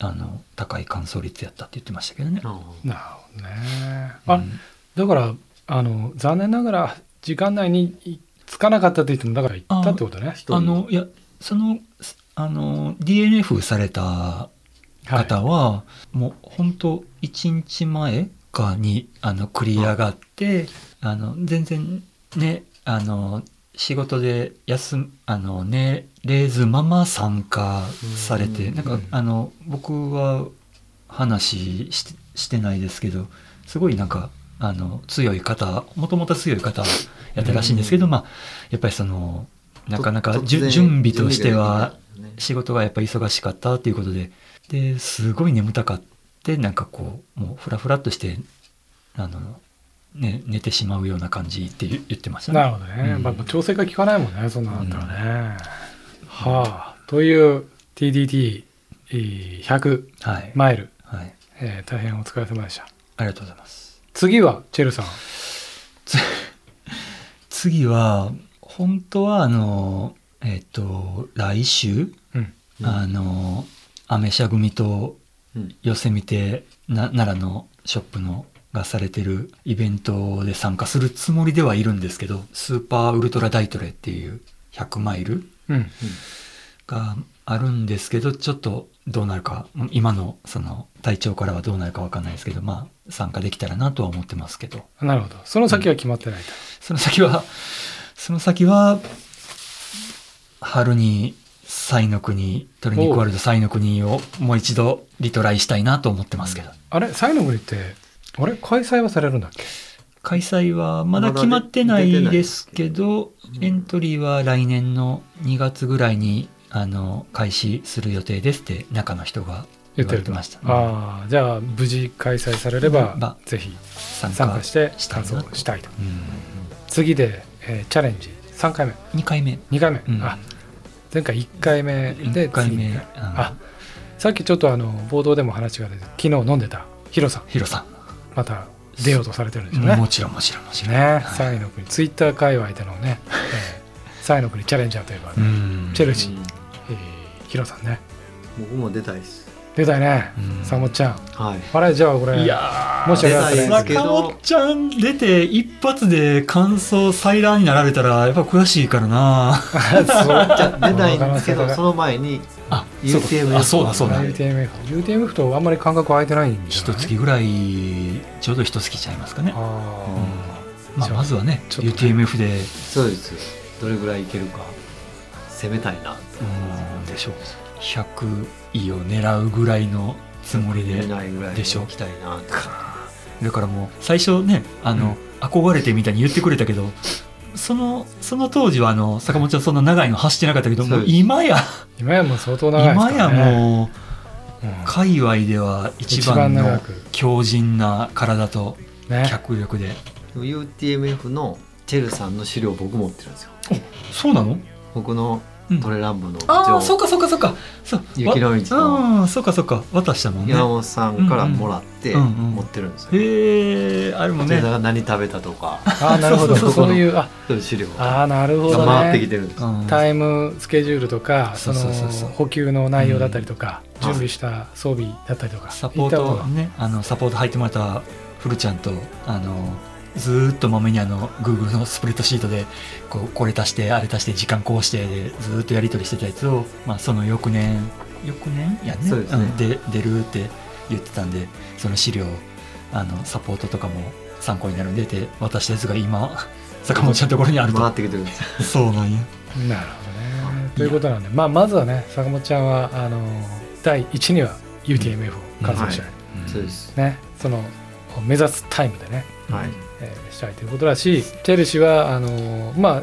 あの高い完走率やったって言ってましたけどね
い。あ
なるほどねあ、
うん
だからあの残念ながら時間内に着かなかったと言ってもだから行ったってことね
人
あのいやそのすあの DNF された
はい
方は、もう本当1日前かにあの繰り上がって、あの全然ねあの仕事で休むあの寝れずまま参加されて
うん
なんかあの僕は話してしてないですけどすごいなんかあの強い方もともと強い方やったらしいんですけど、まあやっぱりそのなかなか
と
じゅ
突然
準備として
準備が
は
でき
仕事がやっぱり忙しかったということでですごい眠たかってなんかこうもうフラフラっとしてあの、ね、寝てしまうような感じって言言ってましたね。
なるほどね。
うん
まあ、調整が効かないもんね、そんなのあったらね。はあ、という TDT100
はい。
マイル、
はい。
えー大変お疲れ様でした。
ありがとうございます。
次はチェルさん。
次は、本当はあの、えっ、と、来週、
うん。
うん
あの、アメ車組と
うん
寄せ見て、な奈良のショップのがされてるイベントで参加するつもりではいるんですけど、スーパーウルトラ大トレっていう100マイル
うん。
があるんですけど、ちょっとどうなるか、今のその体調からはどうなるかわかんないですけど、まあ参加できたらなとは思ってますけど、
なるほど。その先は決まってないと。
その先は、その先は、春に、サイの国、鶏肉ワールドサイの国をもう一度リトライしたいなと思ってますけど。
あれ、サイの国って、あれ、開催はされるんだっけ
開催はまだ
まだ
決まってな
出て
い
ない
ですけど、
うん
エントリーは来年の2月ぐらいに、あの、開始する予定ですって中の人が
言
言
っ
わ
て
れ
る
て
と。
ました。
ああ、じゃあ、無事開催されれば、
ま
ぜひ
参
参
加
加して
したい
感
な
想をしたいと。
う
次で、えーチャレンジ3回目、
ん、2回目。
2回目。
うん
あ前回1回目で
1回
次
目
に。
あ
あさっきちょっとあの冒頭でも話が出て昨日飲んでたヒロさん
ヒロさ。
また出ようとされてるんでしょうん
も
ね。
ちろんもちろんもちろん。
ねサイの国ツイッター界隈でのね、えーサイの国チャレンジャーといえば、
うん
チェルシ
う
ー、
ん
えーヒロさんね
僕も出たいです。
出たよね、
うん
サモちゃん
はい。
あれじゃあこれ
いやー
もし
よかったらいいですけど
坂本ちゃん出て一発で感想サイラーになられたらやっぱ悔しいからな
そう
じゃあ出たいんですけど、そ
そ
の前に、
あ
UTM
あそうだそううだ
UTMF UTMF とあんまり感覚空いてないんじゃない
一月ぐらいちょうど一月ちゃいますかね、
あ
まあ、
じゃあ
まずはね
ちょっと
UTMF で、
そうです。どれぐらいいけるか、攻めたいなと。
うんでしょう100位を狙うぐらいのつもりで
出ないぐらい
でしょ
行きたいなとか。
だからもう最初ねあの、憧れてみたいに言ってくれたけどそのその当時はあの坂本ちゃんそんな長いの走ってなかったけど
そう
もう
です
今や
あ今やもう相当長いです
今
から
や
ね
もう
うん
界隈では一
一番
番
長
の
く
強靭な体と
ね
脚力で
UTMF のチェルさんの資料僕持ってるんですよ。
そうなの、
僕の
うん
トレランボの部
ああそう
長、
かそうかそうかそう
雪の道の
うんそうかそうか渡したもんね
山本さんからもらって
うんうんうんうん
持ってるんですよ。
へえあれも
チェル
ね
さんが何食べたとか、
ああなるほど
そうそう
そう
そういうあ
そういう資料が
あーなるほどね
回ってきてるんです。
うん
タイムスケジュールとかそ
そう
の
そうそうそう
補給の内容だったりとか、
ん
準備した装備だったりとか
サポー
いったこと
ト
が
ねあのサポート入ってもらったフルちゃんとあのずーっとまめにあの Google のスプレッドシートでこうこれ足してあれ足して時間こうしてでずーっとやり取りしてたやつを、まあ、その翌年翌年やね
そうですね
んで出るって言ってたんでその資料あのサポートとかも参考になるんでで渡したやつが今坂本ちゃんのところにある
回っ
と
てきてるんですよ。
そうな
な
んや
るほどねということなんで、まあ、まずはね坂本ちゃんはあの第1には UTMF を完走したい、
そうです。
ねその目指すタイムでね、
はい。
えーしたいということだしチェルシーはあのまあ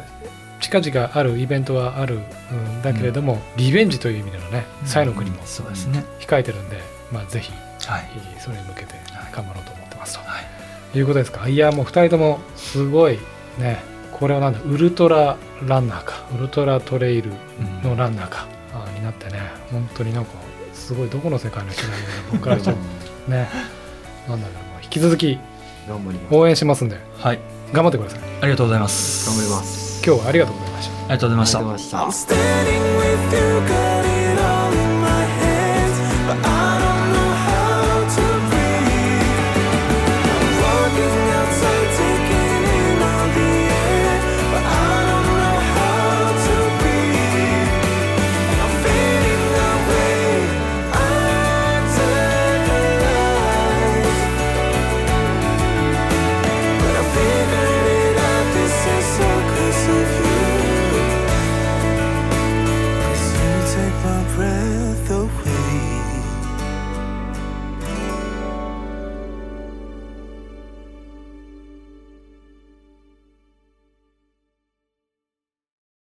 近々あるイベントはあるんだけれども、リベンジという意味でのねサイの国も
そうですね、
控えてるんで、まあ、ぜひ
はい
それに向けて頑張ろうと思ってますと。
はい
いうことですかいやもう2人ともすごいねこれはなんだウルトラランナーかウルトラトレイル
うん
のランナーか、あーになってね本当になんかすごいどこの世界の人なんだろう僕からしてもね なんだろうもう引き続き
頑張ります。
応援しますんで
はい、
頑張ってください
ありがとうございます
頑張ります。
今日はありがとうございました
ありがとうございました
ありがとうございました
I'm standing with you, girl.